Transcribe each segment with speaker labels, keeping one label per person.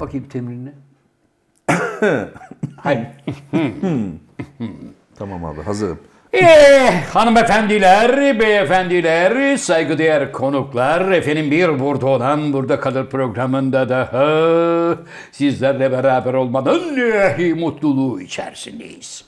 Speaker 1: bakayım temrinini. Hayır.
Speaker 2: Tamam abi hazırım.
Speaker 1: Eh, hanımefendiler, beyefendiler, saygıdeğer konuklar, efendim bir burada olan burada kalır programında da ha, sizlerle beraber olmanın eh, mutluluğu içerisindeyiz.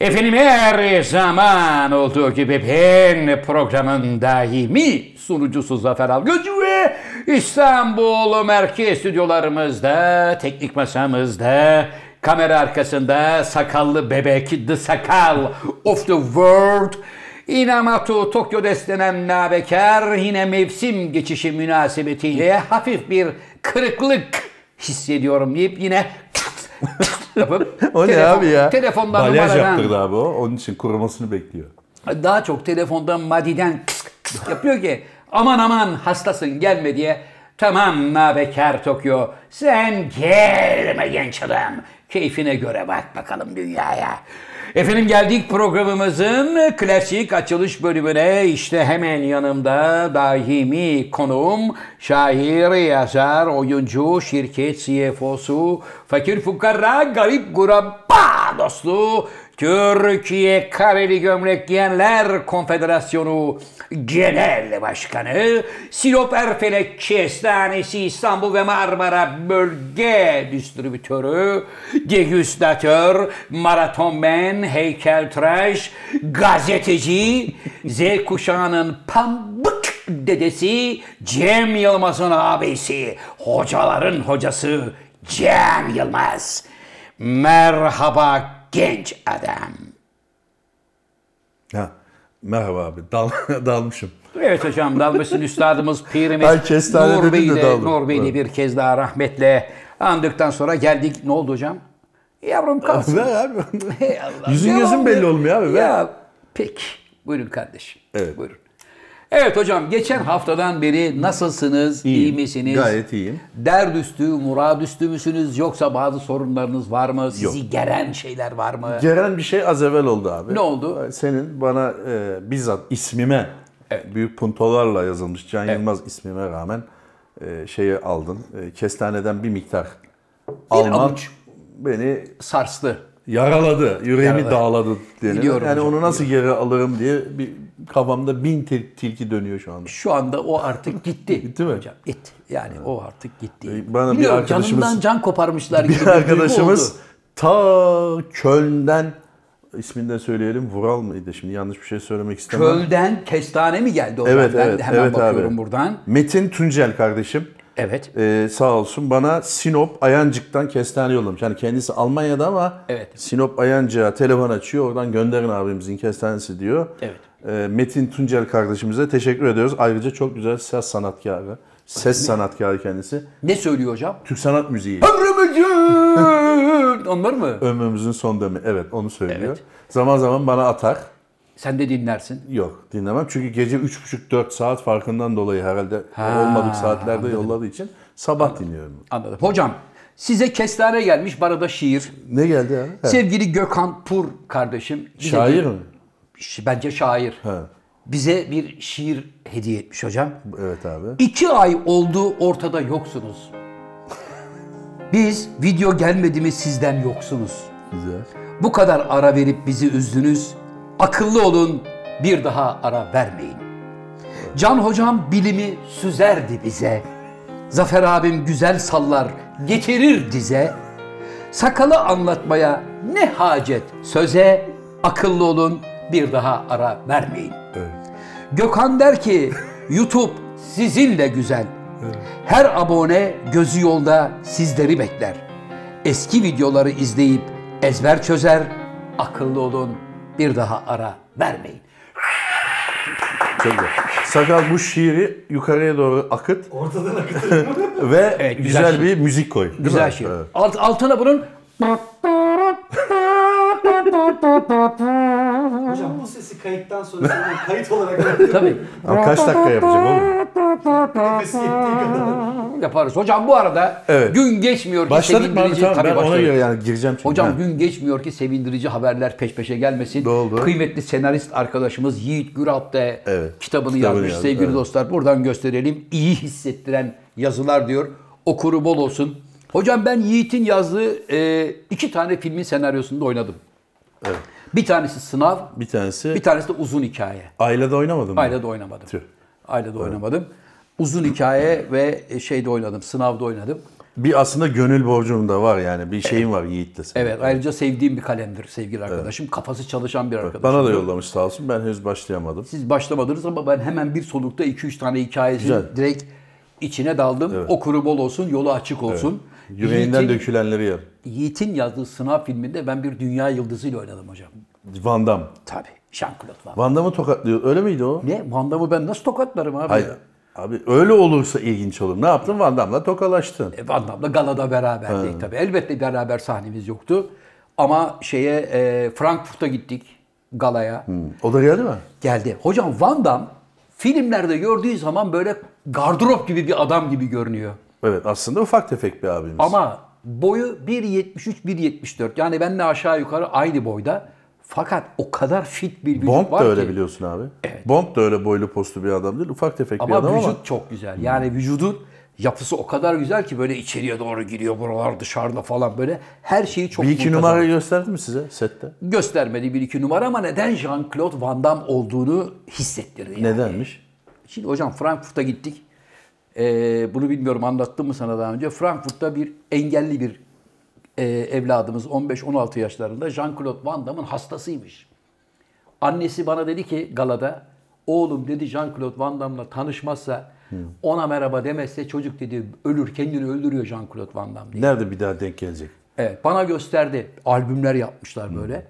Speaker 1: Efendim her zaman olduğu gibi ben programın daimi sunucusu Zafer Algöz ve İstanbul Merkez stüdyolarımızda, teknik masamızda, kamera arkasında sakallı bebek, the sakal of the world, Inamatu Tokyo destenen nabekar yine mevsim geçişi münasebetiyle hafif bir kırıklık hissediyorum deyip yine yapıp
Speaker 2: O ne
Speaker 1: telefon-
Speaker 2: abi ya?
Speaker 1: Telefondan
Speaker 2: Balyaj
Speaker 1: numaradan-
Speaker 2: yaptırdı abi o. Onun için kurumasını bekliyor.
Speaker 1: daha çok telefondan madiden kıs kıs yapıyor ki aman aman hastasın gelme diye. Tamam nabekar Tokyo sen gelme genç adam. Keyfine göre bak bakalım dünyaya. Efendim geldik programımızın klasik açılış bölümüne. İşte hemen yanımda daimi konuğum, şair, yazar, oyuncu, şirket CFO'su, fakir fukara, garip guraba dostu, Türkiye Kareli Gömlek Giyenler Konfederasyonu Genel Başkanı, Sinop Erfelek Kestanesi İstanbul ve Marmara Bölge Distribütörü, Degüstatör, Maratonmen, Heykeltıraş, Gazeteci, Z kuşağının pambık dedesi, Cem Yılmaz'ın abisi, hocaların hocası Cem Yılmaz. Merhaba genç adam.
Speaker 2: Ha. Merhaba abi. Dal, dalmışım.
Speaker 1: Evet hocam dalmışsın üstadımız, pirimiz
Speaker 2: Ben kestane
Speaker 1: Nur Bey
Speaker 2: dedim de
Speaker 1: ile
Speaker 2: daldım.
Speaker 1: Nur Bey ile
Speaker 2: Evet.
Speaker 1: bir kez daha rahmetle andıktan sonra geldik. Ne oldu hocam? Yavrum kalsın.
Speaker 2: Ver abi.
Speaker 1: Hey Allah.
Speaker 2: Yüzün
Speaker 1: Ne
Speaker 2: gözün
Speaker 1: oldu?
Speaker 2: belli olmuyor abi, ver.
Speaker 1: Ya peki. Buyurun kardeşim.
Speaker 2: Evet.
Speaker 1: Buyurun. Evet hocam geçen haftadan beri nasılsınız? iyi
Speaker 2: İyiyim.
Speaker 1: misiniz?
Speaker 2: Gayet iyiyim.
Speaker 1: Dert üstü, murad üstü müsünüz? Yoksa bazı sorunlarınız var mı? Sizi
Speaker 2: Yok.
Speaker 1: geren şeyler var mı?
Speaker 2: Ceren bir şey az evvel oldu abi.
Speaker 1: Ne oldu?
Speaker 2: Senin bana e, bizzat ismime
Speaker 1: Evet.
Speaker 2: büyük puntolarla yazılmış Can Yılmaz ismime rağmen e, şeyi aldın. E, kestaneden bir miktar alman
Speaker 1: avuç.
Speaker 2: beni
Speaker 1: Sarstı.
Speaker 2: yaraladı. Yüreğimi
Speaker 1: Yaraladı.
Speaker 2: dağladı diyelim.
Speaker 1: Biliyorum
Speaker 2: yani
Speaker 1: hocam,
Speaker 2: onu nasıl geri alırım diye bir kafamda bin til- tilki dönüyor şu anda.
Speaker 1: Şu anda o artık gitti.
Speaker 2: Gitti mi?
Speaker 1: Hocam gitti. Yani o artık gitti.
Speaker 2: Ee, bana bir
Speaker 1: Biliyorum,
Speaker 2: arkadaşımız-
Speaker 1: canından can koparmışlar gibi
Speaker 2: Bir
Speaker 1: bir duygu
Speaker 2: arkadaşımız ta
Speaker 1: oldu.
Speaker 2: Köln'den ismini de söyleyelim. Vural mıydı şimdi? Yanlış bir şey söylemek istemem.
Speaker 1: Köl'den kestane mi geldi o
Speaker 2: Evet,
Speaker 1: ben
Speaker 2: evet,
Speaker 1: hemen
Speaker 2: evet
Speaker 1: bakıyorum
Speaker 2: abi.
Speaker 1: buradan.
Speaker 2: Metin Tuncel kardeşim.
Speaker 1: Evet.
Speaker 2: Ee, sağ olsun bana Sinop Ayancık'tan kestane yollamış. Yani kendisi Almanya'da ama
Speaker 1: Evet.
Speaker 2: Sinop Ayancık'a telefon açıyor. Oradan gönderin abimizin kestanesi diyor.
Speaker 1: Evet.
Speaker 2: Ee, Metin Tuncel kardeşimize teşekkür ediyoruz. Ayrıca çok güzel ses sanatkarı. Ses sanatkarı kendisi.
Speaker 1: Ne söylüyor hocam?
Speaker 2: Türk sanat müziği.
Speaker 1: Ömrümüzün. Onlar mı?
Speaker 2: Ömrümüzün son demi. Evet onu söylüyor. Zaman zaman bana atar.
Speaker 1: Sen de dinlersin.
Speaker 2: Yok dinlemem. Çünkü gece 3,5-4 saat farkından dolayı herhalde olmadık saatlerde yolladığı için sabah dinliyorum.
Speaker 1: Anladım. Hocam size kestane gelmiş bana da şiir.
Speaker 2: Ne geldi ya? He.
Speaker 1: Sevgili Gökhan Pur kardeşim. bize
Speaker 2: Şair
Speaker 1: bir-
Speaker 2: mi?
Speaker 1: Ş- Bence şair.
Speaker 2: Ha.
Speaker 1: Bize bir şiir hediye etmiş hocam.
Speaker 2: Evet abi.
Speaker 1: İki ay oldu ortada yoksunuz. Biz video gelmedi mi sizden yoksunuz.
Speaker 2: Güzel.
Speaker 1: Bu kadar ara verip bizi üzdünüz. Akıllı olun bir daha ara vermeyin. Can hocam bilimi süzerdi bize. Zafer abim güzel sallar getirir dize. Sakalı anlatmaya ne hacet söze. Akıllı olun bir daha ara vermeyin.
Speaker 2: Evet.
Speaker 1: Gökhan der ki YouTube sizinle güzel. Her abone gözü yolda sizleri bekler. Eski videoları izleyip ezber çözer. Akıllı olun bir daha ara vermeyin.
Speaker 2: Çok güzel. Sakal bu şiiri yukarıya doğru akıt. Ortadan akıt. Ve
Speaker 1: Evet, güzel
Speaker 2: güzel,
Speaker 1: şiir.
Speaker 2: bir müzik koy. Değil
Speaker 1: Güzel
Speaker 2: mi?
Speaker 1: şey.
Speaker 2: Evet.
Speaker 1: Alt, altına bunun
Speaker 3: Hocam bu sesi kayıttan sonra sana kayıt olarak yaptım.
Speaker 1: tabii
Speaker 2: Ama kaç dakika yapacak oğlum?
Speaker 3: Nefes yettiği kadar.
Speaker 1: yaparız. Hocam bu arada
Speaker 2: Evet.
Speaker 1: gün geçmiyor ki
Speaker 2: Başladık mı abi?
Speaker 1: sevindirici-
Speaker 2: Tamam
Speaker 1: Tabii
Speaker 2: ben ona
Speaker 1: başladık.
Speaker 2: göre yani gireceğim çünkü.
Speaker 1: Hocam
Speaker 2: Ha.
Speaker 1: gün geçmiyor ki sevindirici haberler peş peşe gelmesin.
Speaker 2: Ne oldu?
Speaker 1: Kıymetli senarist arkadaşımız Yiğit Güralp da kitabını, yazmış.
Speaker 2: yazdı,
Speaker 1: Sevgili
Speaker 2: evet.
Speaker 1: dostlar buradan gösterelim. İyi hissettiren yazılar diyor. Okuru bol olsun. Hocam ben Yiğit'in yazdığı e, iki tane filmin senaryosunda oynadım. Bir tanesi sınav,
Speaker 2: Bir tanesi
Speaker 1: bir tanesi de uzun hikaye.
Speaker 2: ailede oynamadın mı?
Speaker 1: Ailede oynamadım.
Speaker 2: Tüh.
Speaker 1: Ailede oynamadım. Uzun hikaye ve e, şeyde oynadım, sınavda oynadım.
Speaker 2: Bir aslında gönül borcum da var yani. Bir şeyim var Yiğit'le senin.
Speaker 1: Evet, ayrıca sevdiğim bir kalemdir sevgili arkadaşım. Kafası çalışan bir arkadaşım.
Speaker 2: Bana da yollamış sağ olsun. Ben henüz başlayamadım.
Speaker 1: Siz başlamadınız ama ben hemen bir solukta 2-3 tane hikayesini
Speaker 2: Güzel.
Speaker 1: direkt içine daldım. Okuru bol olsun, yolu açık olsun.
Speaker 2: Yüreğinden
Speaker 1: Yiğit'in-
Speaker 2: dökülenleri yer.
Speaker 1: Yiğit'in yazdığı sınav filminde ben bir dünya yıldızıyla oynadım hocam.
Speaker 2: Van Damme.
Speaker 1: Tabii. Jean-Claude Van.
Speaker 2: Van Damme'ı tokatlıyor. Öyle miydi o?
Speaker 1: Ne? Van Damme'ı ben nasıl tokatlarım abi?
Speaker 2: Hayır. Abi öyle olursa ilginç olur. Ne yaptın? Van Damme'la tokalaştın.
Speaker 1: E, Van Damme'la galada beraberdik tabii. Elbette beraber sahnemiz yoktu. Ama şeye e, Frankfurt'a gittik galaya.
Speaker 2: Hmm. O da geldi mi?
Speaker 1: Geldi. Hocam Van Damme filmlerde gördüğü zaman böyle gardırop gibi bir adam gibi görünüyor.
Speaker 2: Evet. Aslında ufak tefek bir abimiz.
Speaker 1: Ama boyu 1.73-1.74. Yani benimle aşağı yukarı aynı boyda. Fakat o kadar fit bir vücut
Speaker 2: Bomb
Speaker 1: var
Speaker 2: da öyle
Speaker 1: ki.
Speaker 2: biliyorsun abi. Bomb da öyle boylu postlu bir adam değil. Ufak tefek bir
Speaker 1: Ama
Speaker 2: adam
Speaker 1: vücut
Speaker 2: ama.
Speaker 1: çok güzel. Yani vücudun yapısı o kadar güzel ki böyle içeriye doğru giriyor buralar dışarıda falan böyle. Her şeyi çok
Speaker 2: Bir iki
Speaker 1: muntazam.
Speaker 2: numarayı gösterdi mi size sette?
Speaker 1: Göstermedi bir iki numara ama neden Jean-Claude Van Damme olduğunu hissettirdi. yani.
Speaker 2: Nedenmiş?
Speaker 1: Şimdi hocam Frankfurt'a gittik. Ee, bunu bilmiyorum anlattım mı sana daha önce. Frankfurt'ta bir engelli bir e, evladımız 15-16 yaşlarında Jean-Claude Van Damme'ın hastasıymış. Annesi bana dedi ki galada oğlum dedi Jean-Claude Van Damme'la tanışmazsa ona merhaba demezse çocuk dedi ölür kendini öldürüyor Jean-Claude Van Damme diye.
Speaker 2: Nerede bir daha denk gelecek?
Speaker 1: Evet, bana gösterdi. Albümler yapmışlar böyle.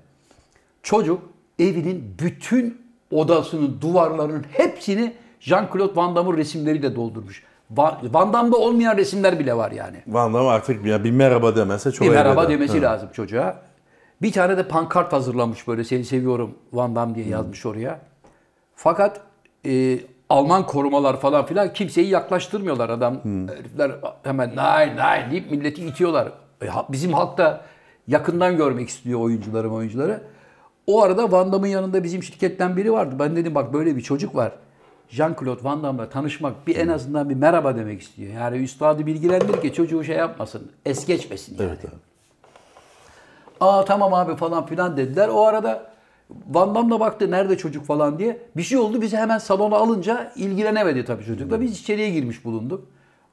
Speaker 1: Çocuk evinin bütün odasının, duvarlarının hepsini Jean-Claude Van Damme'ın resimleriyle doldurmuş. Va- Van Damme'da olmayan resimler bile var yani.
Speaker 2: Van Damme artık bir, bir merhaba demese çok
Speaker 1: Bir merhaba
Speaker 2: elveda.
Speaker 1: demesi lazım çocuğa. Bir tane de pankart hazırlamış böyle seni seviyorum Van Damme diye yazmış oraya. Fakat e, Alman korumalar falan filan kimseyi yaklaştırmıyorlar adam.
Speaker 2: Hmm.
Speaker 1: Herifler hemen nay nay deyip milleti itiyorlar. E, ha- bizim halk da yakından görmek istiyor oyuncuları oyuncuları. O arada Van Damme'ın yanında bizim şirketten biri vardı. Ben dedim bak böyle bir çocuk var. Jean-Claude Van Damme'la tanışmak
Speaker 2: Hmm.
Speaker 1: bir en azından bir merhaba demek istiyor. Yani üstadı bilgilendir ki çocuğu şey yapmasın, es geçmesin yani.
Speaker 2: Evet abi.
Speaker 1: Aa tamam abi falan filan dediler. O arada Van Damme da baktı nerede çocuk falan diye. Bir şey oldu bizi hemen salona alınca ilgilenemedi tabii çocukla. Biz içeriye girmiş bulunduk.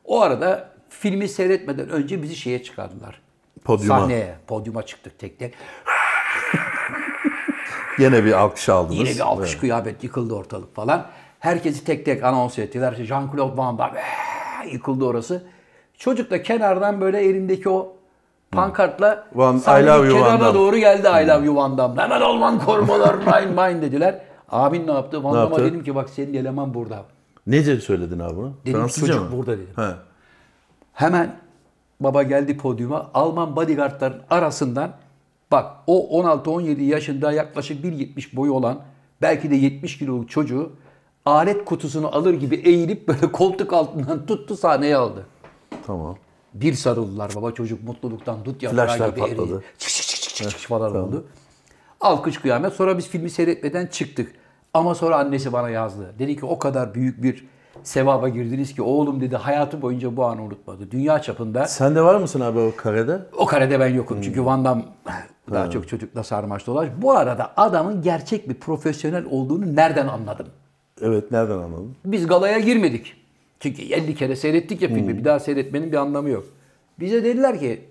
Speaker 1: O arada filmi seyretmeden önce bizi şeye çıkardılar.
Speaker 2: Podyuma.
Speaker 1: Sahneye, podyuma çıktık tek tek.
Speaker 2: Yine bir alkış aldınız.
Speaker 1: Yine bir alkış
Speaker 2: Evet.
Speaker 1: kıyafet yıkıldı ortalık falan. Herkesi tek tek anons ettiler. İşte Jean-Claude Van Damme "Eee!" yıkıldı orası. Çocuk da kenardan böyle elindeki o pankartla
Speaker 2: Van- I
Speaker 1: sahnenin
Speaker 2: love you Van
Speaker 1: kenarına
Speaker 2: Damme. Hmm.
Speaker 1: doğru geldi I love you Van Damme. Hemen Alman korumalar mine mine dediler. Abin ne yaptı? Van
Speaker 2: Ne
Speaker 1: Damme'a
Speaker 2: yaptı?
Speaker 1: dedim ki bak senin eleman burada.
Speaker 2: Nece söyledin abi bunu?
Speaker 1: Dedim, çocuk burada dedim.
Speaker 2: He.
Speaker 1: Hemen baba geldi podyuma. Alman bodyguardların arasından bak o 16-17 yaşında yaklaşık 1.70 boyu olan belki de 70 kiloluk çocuğu alet kutusunu alır gibi eğilip böyle koltuk altından tuttu sahneye aldı.
Speaker 2: Tamam.
Speaker 1: Bir sarıldılar baba çocuk mutluluktan dut yaprağı
Speaker 2: Flaşlar
Speaker 1: gibi eridi.
Speaker 2: patladı.
Speaker 1: Çık çık çık çık çık çık falan oldu. Alkış kıyamet. Sonra biz filmi seyretmeden çıktık. Ama sonra annesi bana yazdı. Dedi ki o kadar büyük bir sevaba girdiniz ki oğlum dedi hayatı boyunca bu anı unutmadı. Dünya çapında
Speaker 2: Sen de var mısın abi o karede?
Speaker 1: o karede ben yokum çünkü Van Damme daha çok çocukla sarmaş dolaş. Bu arada adamın gerçek bir profesyonel olduğunu nereden anladım?
Speaker 2: Evet nereden anladın?
Speaker 1: Biz galaya girmedik. Çünkü 50 kere seyrettik ya filmi. Bir daha seyretmenin bir anlamı yok. Bize dediler ki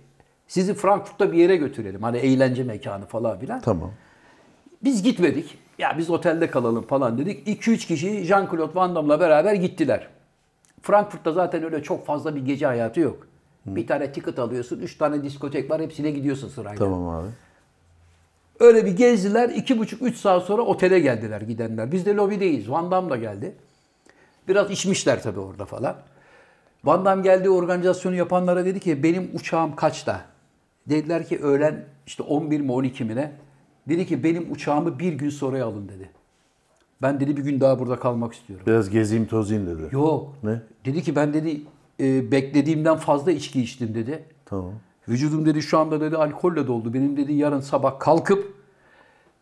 Speaker 1: sizi Frankfurt'ta bir yere götürelim. Hani eğlence mekanı falan filan.
Speaker 2: Tamam.
Speaker 1: Biz gitmedik. Ya biz otelde kalalım falan dedik. 2-3 kişi Jean-Claude Van Damme'la beraber gittiler. Frankfurt'ta zaten öyle çok fazla bir gece hayatı yok. Bir tane ticket alıyorsun, 3 tane diskotek var, hepsine gidiyorsun sırayla.
Speaker 2: Tamam abi.
Speaker 1: Öyle bir gezdiler. iki buçuk, üç saat sonra otele geldiler gidenler. Biz de lobideyiz. Van Damme da geldi. Biraz içmişler tabii orada falan. Van Damme geldi organizasyonu yapanlara dedi ki benim uçağım kaçta? Dediler ki öğlen işte 11 mi 12 mi ne? Dedi ki benim uçağımı bir gün sonraya alın dedi. Ben dedi bir gün daha burada kalmak istiyorum.
Speaker 2: Biraz gezeyim tozayım dedi.
Speaker 1: Yok.
Speaker 2: Ne?
Speaker 1: Dedi ki ben dedi "e, beklediğimden fazla içki içtim dedi.
Speaker 2: Tamam.
Speaker 1: Vücudum dedi şu anda dedi alkolle doldu. Benim dedi yarın sabah kalkıp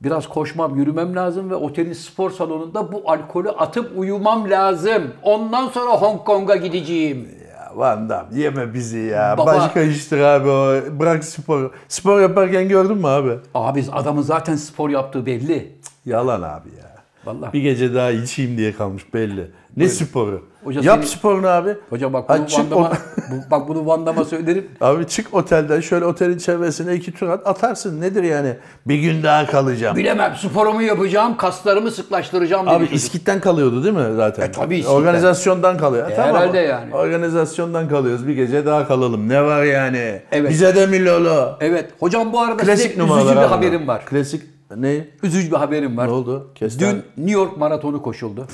Speaker 1: biraz koşmam, yürümem lazım ve otelin spor salonunda bu alkolü atıp uyumam lazım. Ondan sonra Hong Kong'a gideceğim.
Speaker 2: Ya Van Damme yeme bizi ya.
Speaker 1: Baba-
Speaker 2: Başka iştir abi o. Bırak spor. Spor yaparken gördün mü abi?
Speaker 1: Abi adamın zaten spor yaptığı belli.
Speaker 2: Yalan abi ya.
Speaker 1: Vallahi.
Speaker 2: Bir gece daha içeyim diye kalmış belli. Ne sporu?
Speaker 1: Hoca
Speaker 2: Yap
Speaker 1: seni-
Speaker 2: sporunu abi.
Speaker 1: Hocam bak
Speaker 2: Ha,
Speaker 1: bunu
Speaker 2: çık
Speaker 1: Van Damme'a-
Speaker 2: o-
Speaker 1: bu- bak bunu Van Damme'a söylerim.
Speaker 2: Abi çık otelden şöyle otelin çevresine iki tur at atarsın. Nedir yani? Bir gün daha kalacağım.
Speaker 1: Bilemem sporumu yapacağım, kaslarımı sıklaştıracağım dedi
Speaker 2: Abi
Speaker 1: çocuk.
Speaker 2: İskit'ten kalıyordu değil mi zaten?
Speaker 1: E, tabii İskit'ten.
Speaker 2: Organizasyondan kalıyor. E,
Speaker 1: E,
Speaker 2: tamam.
Speaker 1: herhalde yani.
Speaker 2: Organizasyondan kalıyoruz. Bir gece daha kalalım. Ne var yani?
Speaker 1: Evet.
Speaker 2: Bize de mi lolo?
Speaker 1: Evet. Hocam bu arada
Speaker 2: Klasik
Speaker 1: size
Speaker 2: numaralar
Speaker 1: üzücü bir
Speaker 2: abi.
Speaker 1: haberim var.
Speaker 2: Klasik ne?
Speaker 1: Üzücü bir haberim var.
Speaker 2: Ne oldu? Kestane.
Speaker 1: Dün New York maratonu koşuldu.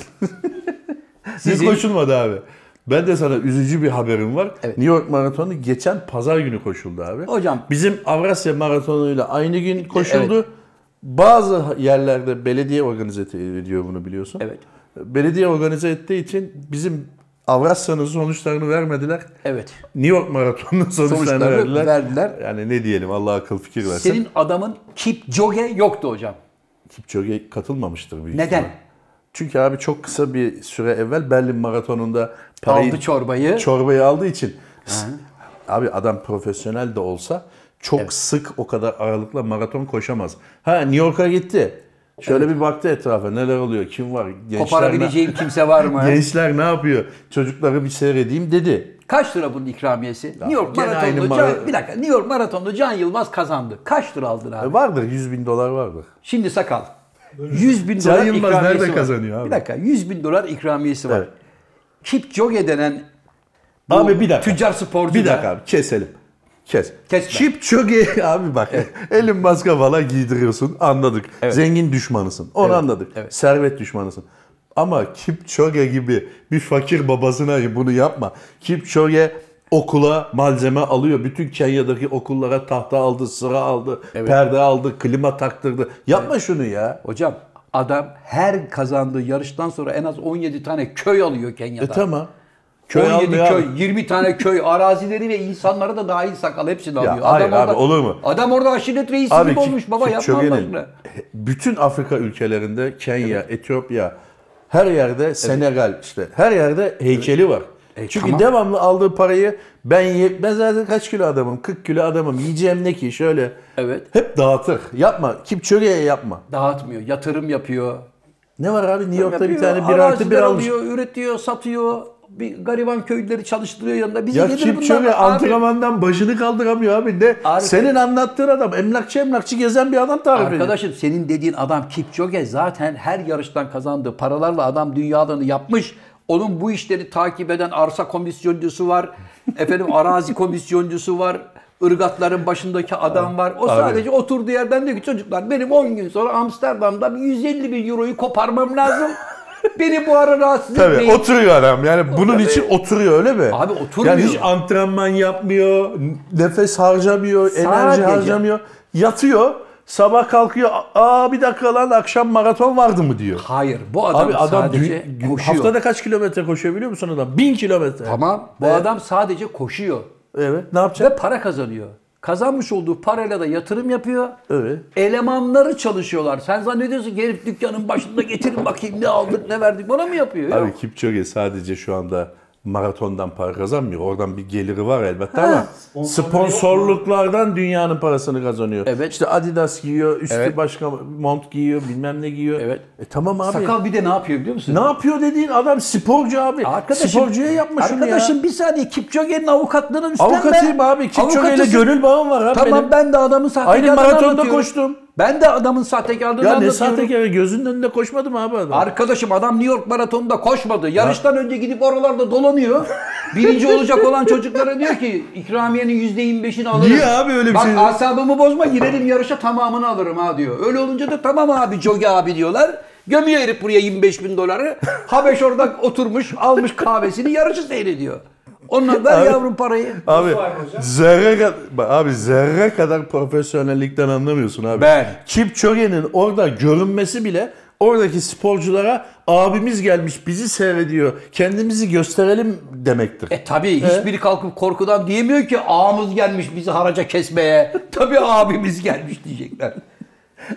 Speaker 2: Dün koşulmadı abi. Ben de sana üzücü bir haberim var. New York Maratonu geçen pazar günü koşuldu abi.
Speaker 1: Hocam.
Speaker 2: Bizim Avrasya Maratonu'yla aynı gün koşuldu. Bazı yerlerde belediye organize ediyor bunu biliyorsun.
Speaker 1: Evet.
Speaker 2: Belediye organize ettiği için bizim Avrasya'nın sonuçlarını vermediler.
Speaker 1: Evet.
Speaker 2: New York Maratonu'nun sonuçlarını
Speaker 1: Sonuçları
Speaker 2: verdiler.
Speaker 1: verdiler.
Speaker 2: Yani ne diyelim Allah akıl fikir versin.
Speaker 1: Senin adamın Kipchoge yoktu hocam.
Speaker 2: Kipchoge katılmamıştır büyük
Speaker 1: Neden?
Speaker 2: ihtimal. Çünkü abi çok kısa bir süre evvel Berlin Maratonu'nda parayı,
Speaker 1: Aldı çorbayı.
Speaker 2: çorbayı aldığı için. Abi adam profesyonel de olsa çok sık o kadar aralıkla maraton koşamaz. Ha New York'a gitti. Şöyle bir baktı etrafa neler oluyor, kim var, gençler ne,
Speaker 1: Koparabileceğim kimse var mı?
Speaker 2: gençler ne yapıyor, çocukları bir seyredeyim dedi.
Speaker 1: Kaç lira bunun ikramiyesi? New York
Speaker 2: gene aynı
Speaker 1: maratonunda
Speaker 2: mara-
Speaker 1: Can, bir dakika New York maratonunda Can Yılmaz kazandı. Kaç lira aldın abi?
Speaker 2: E, vardır 100 bin dolar vardır.
Speaker 1: Şimdi sakal. 100 bin
Speaker 2: Can
Speaker 1: dolar
Speaker 2: Yılmaz
Speaker 1: ikramiyesi
Speaker 2: nerede
Speaker 1: var.
Speaker 2: kazanıyor abi?
Speaker 1: Bir dakika 100 bin dolar ikramiyesi var.
Speaker 2: Evet.
Speaker 1: Kipchoge denen bu
Speaker 2: Abi bir dakika.
Speaker 1: tüccar sporcu
Speaker 2: Bir
Speaker 1: da-
Speaker 2: dakika abi keselim. Kes.
Speaker 1: Kesme.
Speaker 2: Çip çöge abi bak. Elin maska falan giydiriyorsun anladık. Zengin düşmanısın. Onu anladık.
Speaker 1: evet.
Speaker 2: Servet düşmanısın. Ama Kipchoge gibi bir fakir babasına bunu yapma. Kipchoge okula malzeme alıyor. Bütün Kenya'daki okullara tahta aldı, sıra aldı, perde aldı, klima taktırdı. Yapma şunu ya.
Speaker 1: Hocam adam her kazandığı yarıştan sonra en az 17 tane köy alıyor Kenya'da.
Speaker 2: E tamam.
Speaker 1: 17
Speaker 2: almıyor
Speaker 1: köy,
Speaker 2: abi.
Speaker 1: 20 tane köy, arazileri ve insanları da dahil sakal hepsini alıyor.
Speaker 2: hayır abi, olur mu?
Speaker 1: Adam orada aşiret reisi gibi
Speaker 2: Ki-
Speaker 1: olmuş baba yapma
Speaker 2: Kipchoge'nin
Speaker 1: Allah aşkına.
Speaker 2: Bütün Afrika ülkelerinde Kenya, Etiyopya, her yerde Senegal işte her yerde heykeli var.
Speaker 1: E,
Speaker 2: Çünkü
Speaker 1: tamam.
Speaker 2: devamlı aldığı parayı ben ye, ben zaten kaç kilo adamım? 40 kilo adamım. Yiyeceğim ne ki şöyle.
Speaker 1: Evet.
Speaker 2: Hep dağıtır. Yapma. Kipçöge'ye yapma.
Speaker 1: Dağıtmıyor, yatırım yapıyor.
Speaker 2: Ne var abi New York'ta bir
Speaker 1: Yapıyor,
Speaker 2: tane bir artı bir
Speaker 1: araziler
Speaker 2: almış.
Speaker 1: alıyor, üretiyor, satıyor. Bir gariban köylüleri çalıştırıyor yanında. Bize
Speaker 2: Ya
Speaker 1: gelir
Speaker 2: Kipçöge
Speaker 1: bunlar abi.
Speaker 2: antrenmandan başını kaldıramıyor abi. Ne?
Speaker 1: Abi-
Speaker 2: Senin anlattığın adam emlakçı emlakçı gezen bir adam tarif ediyor.
Speaker 1: Arkadaşım senin dediğin adam Kipchoge zaten her yarıştan kazandığı paralarla adam dünyalarını yapmış. Onun bu işleri takip eden arsa komisyoncusu var. Efendim arazi komisyoncusu var. Irgatların başındaki adam var. O
Speaker 2: Abi.
Speaker 1: sadece oturduğu yerden diyor ki çocuklar benim 10 gün sonra Amsterdam'da bir 150 bin euroyu koparmam lazım. Beni bu ara rahatsız
Speaker 2: Tabii
Speaker 1: etmeyin.
Speaker 2: oturuyor adam. Yani bunun için oturuyor öyle mi?
Speaker 1: Abi oturmuyor.
Speaker 2: Yani hiç antrenman yapmıyor, nefes harcamıyor, enerji
Speaker 1: Sadece-
Speaker 2: harcamıyor. Yatıyor, sabah kalkıyor. Aa bir dakika lan akşam maraton vardı mı diyor.
Speaker 1: Hayır bu adam,
Speaker 2: Abi adam dü-
Speaker 1: sadece
Speaker 2: gün-
Speaker 1: koşuyor.
Speaker 2: haftada kaç kilometre koşuyor biliyor musun adam? Bin kilometre.
Speaker 1: Tamam bu
Speaker 2: Evet.
Speaker 1: adam sadece koşuyor
Speaker 2: Evet. Ne yapacak?
Speaker 1: ve para kazanıyor. Kazanmış olduğu parayla da yatırım yapıyor.
Speaker 2: Evet.
Speaker 1: Elemanları çalışıyorlar. Sen zannediyorsun ki herif dükkanın başında getirin bakayım ne aldık ne verdik. Bana mı yapıyor? Yok.
Speaker 2: Abi Kipchoge sadece şu anda maratondan para kazanmıyor. Oradan bir geliri var elbette ama
Speaker 3: Sponsorluğu yok mu?
Speaker 2: sponsorluklardan dünyanın parasını kazanıyor.
Speaker 1: Evet.
Speaker 2: İşte Adidas giyiyor, üstü
Speaker 1: Evet.
Speaker 2: başka mont giyiyor, bilmem ne giyiyor.
Speaker 1: Evet.
Speaker 2: E tamam abi.
Speaker 1: Sakal bir de ne yapıyor biliyor musun?
Speaker 2: Ne yapıyor dediğin adam sporcu abi.
Speaker 1: Arkadaşım,
Speaker 2: Sporcuya yapmış şunu ya.
Speaker 1: Arkadaşım bir saniye Kipchoge'nin avukatlığını üstlenme.
Speaker 2: Avukatıyım abi. Kipchoge'yle
Speaker 1: Avukatısı-
Speaker 2: gönül bağım var abi
Speaker 1: Tamam
Speaker 2: benim.
Speaker 1: ben de adamın sahtekarlığını
Speaker 2: maratonda
Speaker 1: anlatıyorum.
Speaker 2: koştum.
Speaker 1: Ben de adamın sahtekarlığını
Speaker 2: Ya ne
Speaker 1: anlatıyorum.
Speaker 2: sahtekar gözünün önünde koşmadım abi adam.
Speaker 1: Arkadaşım adam New York maratonunda koşmadı. Yarıştan önce gidip oralarda dolanıyor. Birinci olacak olan çocuklara diyor ki ikramiyenin %25'ini alırım.
Speaker 2: Niye abi öyle bir
Speaker 1: Bak,
Speaker 2: şey?
Speaker 1: Bak asabımı bozma girelim yarışa tamamını alırım ha diyor. Öyle olunca da tamam abi Jogi abi diyorlar. Gömüyor herif buraya 25 bin doları. Habeş orada oturmuş almış kahvesini yarışı seyrediyor. Onlar ver yavrum parayı.
Speaker 2: Abi
Speaker 3: var hocam?
Speaker 2: zerre kadar, abi zerre kadar profesyonellikten anlamıyorsun abi.
Speaker 1: Ben.
Speaker 2: Kipchoge'nin orada görünmesi bile oradaki sporculara abimiz gelmiş bizi seyrediyor. Kendimizi gösterelim demektir.
Speaker 1: E tabii hiçbiri kalkıp korkudan diyemiyor ki ağamız gelmiş bizi haraca kesmeye. tabii abimiz gelmiş diyecekler.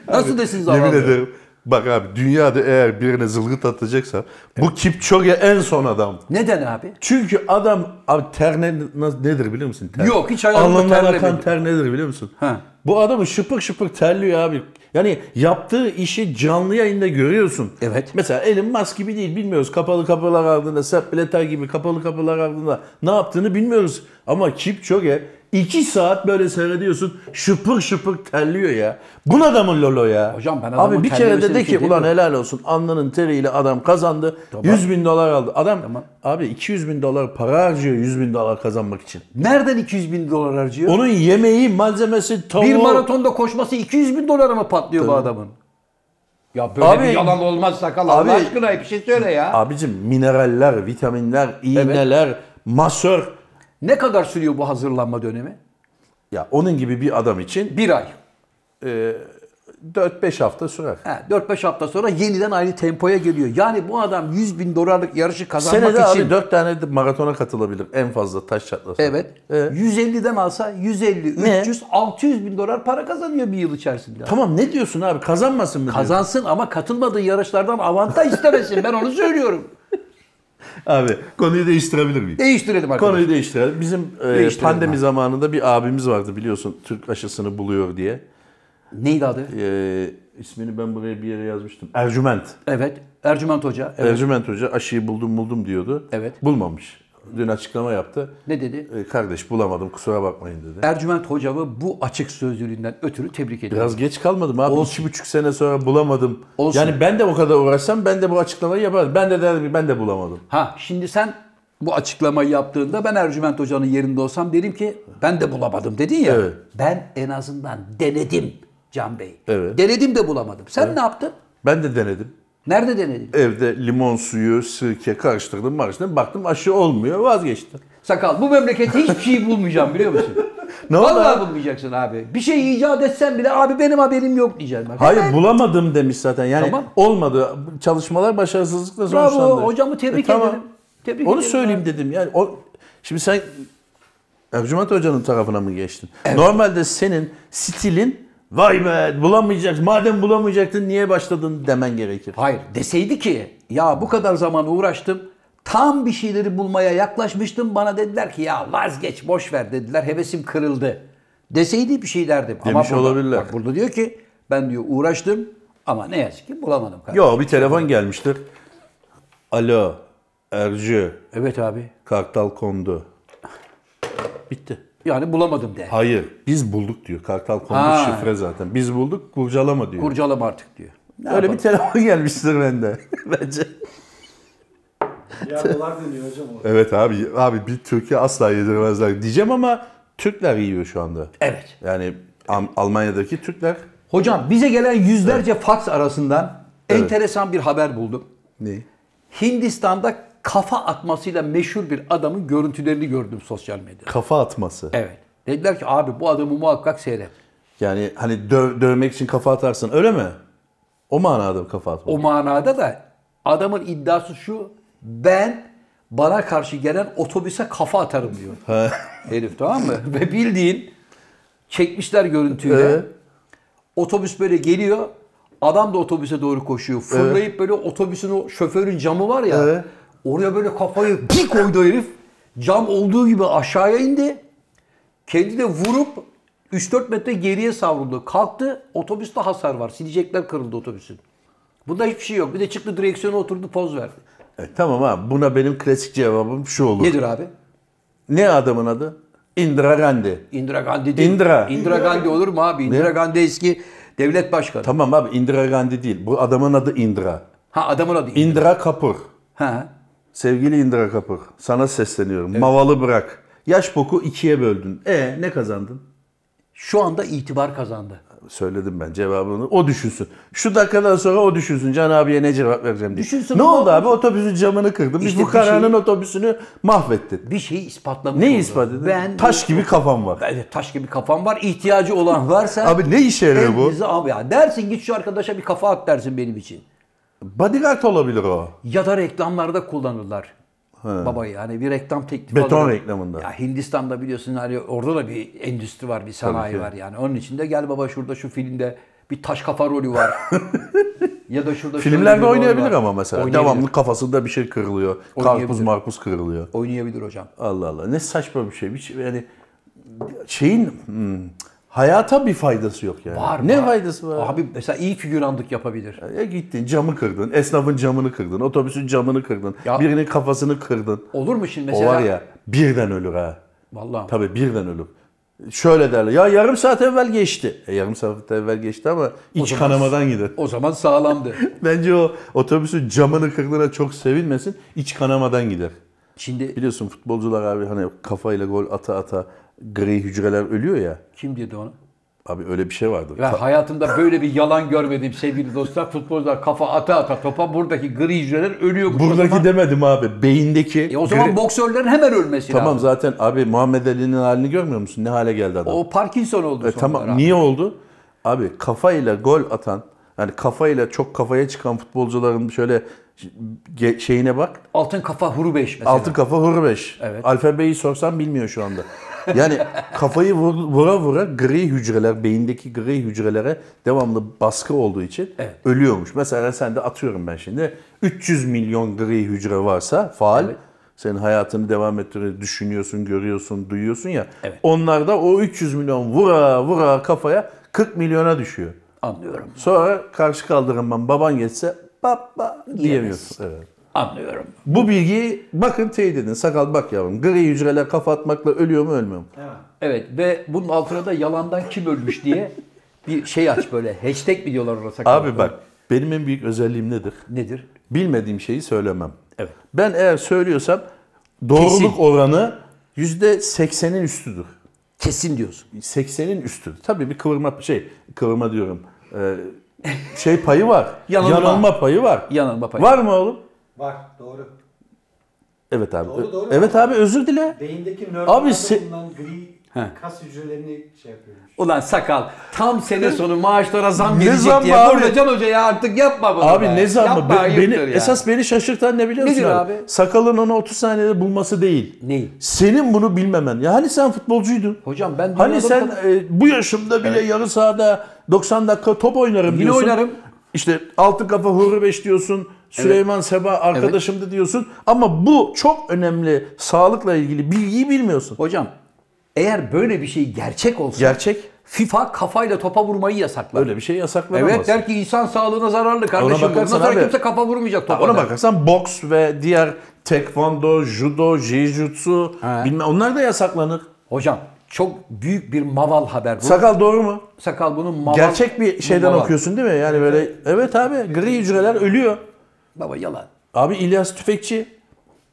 Speaker 1: Nasıl desin
Speaker 2: Yemin
Speaker 1: zavallı?
Speaker 2: ederim Bak abi dünyada eğer birine zılgıt atacaksan bu Kipchoge en son adam.
Speaker 1: Neden abi?
Speaker 2: Çünkü adam abi ter ne, na- nedir biliyor musun? Ter.
Speaker 1: Yok, hiç hayatımda
Speaker 2: Alnından
Speaker 1: terlemedim.
Speaker 2: akan ter nedir biliyor musun?
Speaker 1: Ha.
Speaker 2: Bu adamı şıpık şıpık terliyor abi. Yani yaptığı işi canlı yayında görüyorsun.
Speaker 1: Evet.
Speaker 2: Mesela Elon Musk gibi değil bilmiyoruz. Kapalı kapılar ardında, Sepp Blatter gibi kapalı kapılar ardında ne yaptığını bilmiyoruz. Ama Kipchoge 2 saat böyle seyrediyorsun şıpır şıpır terliyor ya. Bu ne adamın lolo ya.
Speaker 1: Hocam ben adamın
Speaker 2: Abi bir kere
Speaker 1: terlemesini
Speaker 2: de de ki
Speaker 1: şey
Speaker 2: ulan
Speaker 1: demiyorum."
Speaker 2: helal olsun alnının teriyle adam kazandı. 100 bin dolar aldı. Adam abi 200 bin dolar para harcıyor 100 bin dolar kazanmak için.
Speaker 1: Nereden 200 bin dolar harcıyor?
Speaker 2: Onun yemeği, malzemesi, tavuğu.
Speaker 1: Bir maratonda koşması 200 bin dolara mı patlıyor bu adamın? Ya böyle
Speaker 2: Abi-
Speaker 1: bir yalan olmaz sakal.
Speaker 2: Abi-
Speaker 1: Allah aşkına bir şey söyle ya.
Speaker 2: Abicim mineraller, vitaminler, iğneler, masör.
Speaker 1: Ne kadar sürüyor bu hazırlanma dönemi?
Speaker 2: Ya onun gibi bir adam için
Speaker 1: Bir ay.
Speaker 2: 4-5 hafta sürer.
Speaker 1: Ha, 4-5 hafta sonra yeniden aynı tempoya geliyor. Yani bu adam 100 bin dolarlık yarışı kazanmak
Speaker 2: Senede
Speaker 1: için...
Speaker 2: abi 4 tane de maratona katılabilir en fazla taş çatlasa.
Speaker 1: Evet. 150'den alsa 150,
Speaker 2: Ne?
Speaker 1: 300, 600 bin dolar para kazanıyor bir yıl içerisinde.
Speaker 2: Tamam ne diyorsun abi kazanmasın mı diyorsun?
Speaker 1: Kazansın ama katılmadığı yarışlardan avantaj istemesin. ben onu söylüyorum.
Speaker 2: Abi konuyu değiştirebilir miyim?
Speaker 1: Değiştirelim arkadaşlar.
Speaker 2: Konuyu değiştirelim. Bizim e,
Speaker 1: Değiştirelim
Speaker 2: pandemi
Speaker 1: abi.
Speaker 2: zamanında bir abimiz vardı biliyorsun Türk aşısını buluyor diye.
Speaker 1: Neydi adı?
Speaker 2: E, ismini ben buraya bir yere yazmıştım. Ercüment.
Speaker 1: Evet. Ercüment Hoca. Evet.
Speaker 2: Ercüment Hoca aşıyı buldum buldum diyordu.
Speaker 1: Evet.
Speaker 2: Bulmamış. Dün açıklama yaptı.
Speaker 1: Ne dedi?
Speaker 2: E, kardeş bulamadım kusura bakmayın dedi.
Speaker 1: Ercüment hocamı bu açık sözlülüğünden ötürü tebrik ediyorum.
Speaker 2: Biraz geç kalmadım abi. İki buçuk sene sonra bulamadım.
Speaker 1: Olsun.
Speaker 2: Yani ben de o kadar uğraşsam ben de bu açıklamayı yapardım. Ben de derdim ki ben de bulamadım.
Speaker 1: Ha şimdi sen bu açıklamayı yaptığında ben Ercüment Hoca'nın yerinde olsam derim ki ben de bulamadım dedin ya.
Speaker 2: Evet.
Speaker 1: Ben en azından denedim Can Bey.
Speaker 2: Evet.
Speaker 1: Denedim de bulamadım. Sen ne yaptın?
Speaker 2: Ben de denedim.
Speaker 1: Nerede denedin?
Speaker 2: Evde limon suyu, sirke karıştırdım, karıştırdım. Baktım aşı olmuyor, vazgeçtim.
Speaker 1: Sakal bu memlekette hiçbir şey bulmayacağım biliyor musun?
Speaker 2: Ne oldu
Speaker 1: Vallahi
Speaker 2: abi?
Speaker 1: bulmayacaksın abi. Bir şey icat etsen bile abi benim haberim yok diyeceksin. Bak.
Speaker 2: Hayır bulamadım demiş zaten. Yani
Speaker 1: Tamam.
Speaker 2: olmadı. Çalışmalar başarısızlıkla
Speaker 1: Bravo,
Speaker 2: sonuçlandı. E,
Speaker 1: hocamı tebrik
Speaker 2: tamam.
Speaker 1: ederim. Tebrik
Speaker 2: Onu
Speaker 1: ederim
Speaker 2: söyleyeyim dedim. Yani o şimdi sen Ercüment Hoca'nın tarafına mı geçtin? Normalde senin stilin vay be bulamayacak. Madem bulamayacaktın niye başladın demen gerekir.
Speaker 1: Hayır deseydi ki ya bu kadar zaman uğraştım tam bir şeyleri bulmaya yaklaşmıştım bana dediler ki ya vazgeç boş ver dediler hevesim kırıldı. Deseydi bir şey derdim.
Speaker 2: Demiş
Speaker 1: burada,
Speaker 2: olabilirler.
Speaker 1: Bak burada diyor ki ben diyor uğraştım ama ne yazık ki bulamadım. kardeşim.
Speaker 2: Yo bir telefon gelmiştir. Alo Ercü
Speaker 1: Evet abi
Speaker 2: Kartal kondu. Bitti.
Speaker 1: yani bulamadım de.
Speaker 2: Hayır biz bulduk diyor. Kartal kondu
Speaker 1: Ha.
Speaker 2: şifre zaten. Biz bulduk kurcalama diyor.
Speaker 1: Kurcalama artık diyor. Ne
Speaker 2: Öyle bir telefon gelmiştir bende. Bence.
Speaker 3: Ya dolar dönüyor hocam o.
Speaker 2: Evet abi abi bir Türkiye asla yedirmezler diyeceğim ama Türkler yiyor şu anda.
Speaker 1: Evet.
Speaker 2: Yani Am- Almanya'daki Türkler
Speaker 1: Hocam bize gelen yüzlerce faks arasından
Speaker 2: Evet.
Speaker 1: enteresan bir haber buldum.
Speaker 2: ne?
Speaker 1: Hindistan'da kafa atmasıyla meşhur bir adamın görüntülerini gördüm sosyal medyada.
Speaker 2: Kafa atması.
Speaker 1: Evet. Dediler ki abi bu adamı muhakkak seyret.
Speaker 2: Yani hani dö- dövmek için kafa atarsın öyle mi? O manada kafa atmak.
Speaker 1: O manada da adamın iddiası şu. Ben bana karşı gelen otobüse kafa atarım diyor. Herif tamam mı? Ve bildiğin çekmişler görüntüyle.
Speaker 2: Ee?
Speaker 1: Otobüs böyle geliyor. Adam da otobüse doğru koşuyor. Fırlayıp böyle otobüsün o şoförün camı var ya.
Speaker 2: Ee?
Speaker 1: Oraya böyle kafayı bir koydu herif. Cam olduğu gibi aşağıya indi. Kendi de vurup 3-4 metre geriye savruldu. Kalktı. Otobüste hasar var. Silecekler kırıldı otobüsün. Bunda hiçbir şey yok. Bir de çıktı direksiyona oturdu poz verdi.
Speaker 2: E, tamam abi buna benim klasik cevabım şu olur.
Speaker 1: Nedir abi?
Speaker 2: Ne adamın adı? Indira Gandhi.
Speaker 1: Indira Gandhi değil.
Speaker 2: Indira.
Speaker 1: Indira Gandhi olur mu abi? Indira Gandhi eski devlet başkanı.
Speaker 2: Tamam abi Indira Gandhi değil. Bu adamın adı Indira.
Speaker 1: Ha adamın adı.
Speaker 2: Indira Kapur.
Speaker 1: ha.
Speaker 2: Sevgili Indira Kapur, sana sesleniyorum. Mavalı bırak. Yaş boku ikiye böldün. E ne kazandın?
Speaker 1: Şu anda itibar kazandı.
Speaker 2: Söyledim ben cevabını. O düşünsün. Şu dakikadan sonra o düşünsün. Can abiye ne cevap vereceğim diye.
Speaker 1: Düşünsün
Speaker 2: ne
Speaker 1: ama-
Speaker 2: oldu abi? Otobüsün camını kırdım. Biz
Speaker 1: İşte
Speaker 2: bu
Speaker 1: bir
Speaker 2: karanın
Speaker 1: şeyi-
Speaker 2: otobüsünü mahvettin.
Speaker 1: Bir şeyi ispatlamış
Speaker 2: Ne
Speaker 1: oldu.
Speaker 2: ispat edin?
Speaker 1: Ben
Speaker 2: Taş gibi kafam var.
Speaker 1: Evet, taş gibi kafam var. İhtiyacı olan varsa
Speaker 2: Abi ne işe yarıyor bu?
Speaker 1: elinize al ya. Dersin git şu arkadaşa bir kafa at dersin benim için.
Speaker 2: Bodyguard olabilir o.
Speaker 1: Ya da reklamlarda kullanırlar. Babayı hani bir reklam teklifi
Speaker 2: Beton
Speaker 1: alırım.
Speaker 2: reklamında.
Speaker 1: Ya Hindistan'da biliyorsun hani orada da bir endüstri var, bir sanayi var yani. Onun için de gel baba şurada şu filmde bir taş kafa rolü var. Ya da şurada şöyle bir
Speaker 2: Filmlerde
Speaker 1: rol
Speaker 2: oynayabilir
Speaker 1: var.
Speaker 2: ama mesela.
Speaker 1: Oynayabilir.
Speaker 2: Devamlı kafasında bir şey kırılıyor. Karpuz
Speaker 1: Oynayabilir.
Speaker 2: marpuz kırılıyor.
Speaker 1: Oynayabilir hocam.
Speaker 2: Allah Allah ne saçma bir şey. Bir şey- yani şeyin hmm, hayata bir faydası yok yani.
Speaker 1: Var,
Speaker 2: ne
Speaker 1: var.
Speaker 2: faydası var?
Speaker 1: Abi mesela iyi figüranlık yapabilir.
Speaker 2: Ya gittin camı kırdın, esnafın camını kırdın, otobüsün camını kırdın,
Speaker 1: Ya-
Speaker 2: birinin kafasını kırdın.
Speaker 1: Olur mu şimdi
Speaker 2: O
Speaker 1: mesela?
Speaker 2: var ya birden ölür ha.
Speaker 1: Vallahi.
Speaker 2: Tabii birden ölür. Şöyle derler ya yarım saat evvel geçti. E, yarım saat evvel geçti ama iç
Speaker 1: zaman-
Speaker 2: kanamadan gider.
Speaker 1: O zaman sağlamdı.
Speaker 2: Bence o otobüsün camını kırdığına çok sevinmesin, iç kanamadan gider.
Speaker 1: Şimdi
Speaker 2: Biliyorsun futbolcular abi hani kafayla gol ata ata gri hücreler ölüyor ya.
Speaker 1: kim dedi onu?
Speaker 2: Abi öyle bir şey vardır.
Speaker 1: Ben hayatımda böyle bir yalan görmedim sevgili dostlar. Futbolcular kafa ata ata topa buradaki gri hücreler ölüyor.
Speaker 2: Buradaki
Speaker 1: O zaman,
Speaker 2: demedim abi. Beyindeki
Speaker 1: E o zaman
Speaker 2: gri-
Speaker 1: boksörlerin hemen ölmesi
Speaker 2: Tamam
Speaker 1: lazım.
Speaker 2: zaten abi Muhammed Ali'nin halini görmüyor musun? Ne hale geldi adam.
Speaker 1: O Parkinson oldu
Speaker 2: E
Speaker 1: sonra.
Speaker 2: tamam
Speaker 1: herhalde.
Speaker 2: niye oldu? Abi kafayla gol atan yani kafayla çok kafaya çıkan futbolcuların şöyle ge- şeyine bak.
Speaker 1: Altın kafa hurubeş mesela.
Speaker 2: Altı kafa hurbeş.
Speaker 1: Evet.
Speaker 2: Alfabeyi sorsan bilmiyor şu anda. Yani kafayı vur- vura vura gri hücreler, beyindeki gri hücrelere devamlı baskı olduğu için
Speaker 1: Evet.
Speaker 2: ölüyormuş. Mesela sen de atıyorum ben şimdi 300 milyon gri hücre varsa faal senin hayatını devam ettiğini düşünüyorsun, görüyorsun, duyuyorsun ya.
Speaker 1: Evet.
Speaker 2: Onlar da o 300 milyon vura vura kafaya 40 milyona düşüyor.
Speaker 1: Anlıyorum.
Speaker 2: Sonra karşı kaldırımdan baban geçse baba diyemiyorsun. Evet.
Speaker 1: Anlıyorum.
Speaker 2: Bu bilgiyi bakın teyit edin. Sakal bak yavrum. Gri hücreler kafa atmakla ölüyor mu ölmüyor mu?
Speaker 3: Hemen.
Speaker 1: Evet ve bunun altına da yalandan kim ölmüş diye bir şey aç böyle. Hashtag mi diyorlar orası?
Speaker 2: Abi bak benim en büyük özelliğim nedir?
Speaker 1: Nedir?
Speaker 2: Bilmediğim şeyi söylemem.
Speaker 1: Evet.
Speaker 2: Ben eğer söylüyorsam doğruluk
Speaker 1: Kesin.
Speaker 2: oranı %80'in üstüdür.
Speaker 1: Kesin diyorsun.
Speaker 2: 80'in üstüdür. Tabii bir kıvırma şey kıvırma diyorum. Ee, şey payı var.
Speaker 1: Yanılma.
Speaker 2: Yanılma payı var.
Speaker 1: Yanılma payı.
Speaker 2: Var mı oğlum?
Speaker 3: Var doğru.
Speaker 2: Evet abi.
Speaker 3: Doğru, doğru.
Speaker 2: Evet abi özür dile.
Speaker 3: Beyindeki
Speaker 2: Abi
Speaker 3: nöronlarda
Speaker 2: se-
Speaker 3: bulunan gri
Speaker 1: He.
Speaker 3: kas hücrelerini şey yapıyormuş.
Speaker 1: Ulan sakal tam sene sonu maaşlara zam
Speaker 2: Ne
Speaker 1: gelecek
Speaker 2: zammı
Speaker 1: diye.
Speaker 2: abi?
Speaker 1: Burada Can Hoca ya artık yapma bunu.
Speaker 2: Abi
Speaker 1: be.
Speaker 2: ne zammı?
Speaker 1: Yapma,
Speaker 2: Be-
Speaker 1: ayıptır
Speaker 2: beni,
Speaker 1: ya.
Speaker 2: Esas beni şaşırtan ne biliyor musun
Speaker 1: Nedir
Speaker 2: abi?
Speaker 1: abi?
Speaker 2: Sakalın onu 30 saniyede bulması değil.
Speaker 1: Neyi?
Speaker 2: Senin bunu bilmemen. Ya hani sen futbolcuydun?
Speaker 1: Hocam ben
Speaker 2: Hani
Speaker 1: dünyada
Speaker 2: sen
Speaker 1: bu
Speaker 2: e, bu yaşımda bile yarı sahada 90 dakika top oynarım
Speaker 1: Yine
Speaker 2: diyorsun.
Speaker 1: oynarım.
Speaker 2: İşte altı kafa huru beş diyorsun. Süleyman Seba arkadaşımdı diyorsun. Ama bu çok önemli sağlıkla ilgili bilgiyi bilmiyorsun.
Speaker 1: Hocam eğer böyle bir şey gerçek olsa
Speaker 2: Gerçek.
Speaker 1: FIFA kafayla topa vurmayı yasaklar.
Speaker 2: Öyle bir şey yasaklanamaz.
Speaker 1: Evet der ki insan sağlığına zararlı kardeşim. Bundan
Speaker 2: bakarsan
Speaker 1: sonra
Speaker 2: abi-
Speaker 1: kimse kafa vurmayacak topa.
Speaker 2: Ha, ona
Speaker 1: der.
Speaker 2: bakarsan boks ve diğer tekvando, judo, jiu-jitsu
Speaker 1: He.
Speaker 2: bilmem onlar da yasaklanır.
Speaker 1: Hocam çok büyük bir maval haber bu.
Speaker 2: Sakal doğru mu?
Speaker 1: Sakal bunun maval.
Speaker 2: Gerçek bir şeyden
Speaker 1: maval.
Speaker 2: okuyorsun değil mi? Yani böyle evet abi gri hücreler ölüyor.
Speaker 1: Baba yalan.
Speaker 2: Abi İlyas Tüfekçi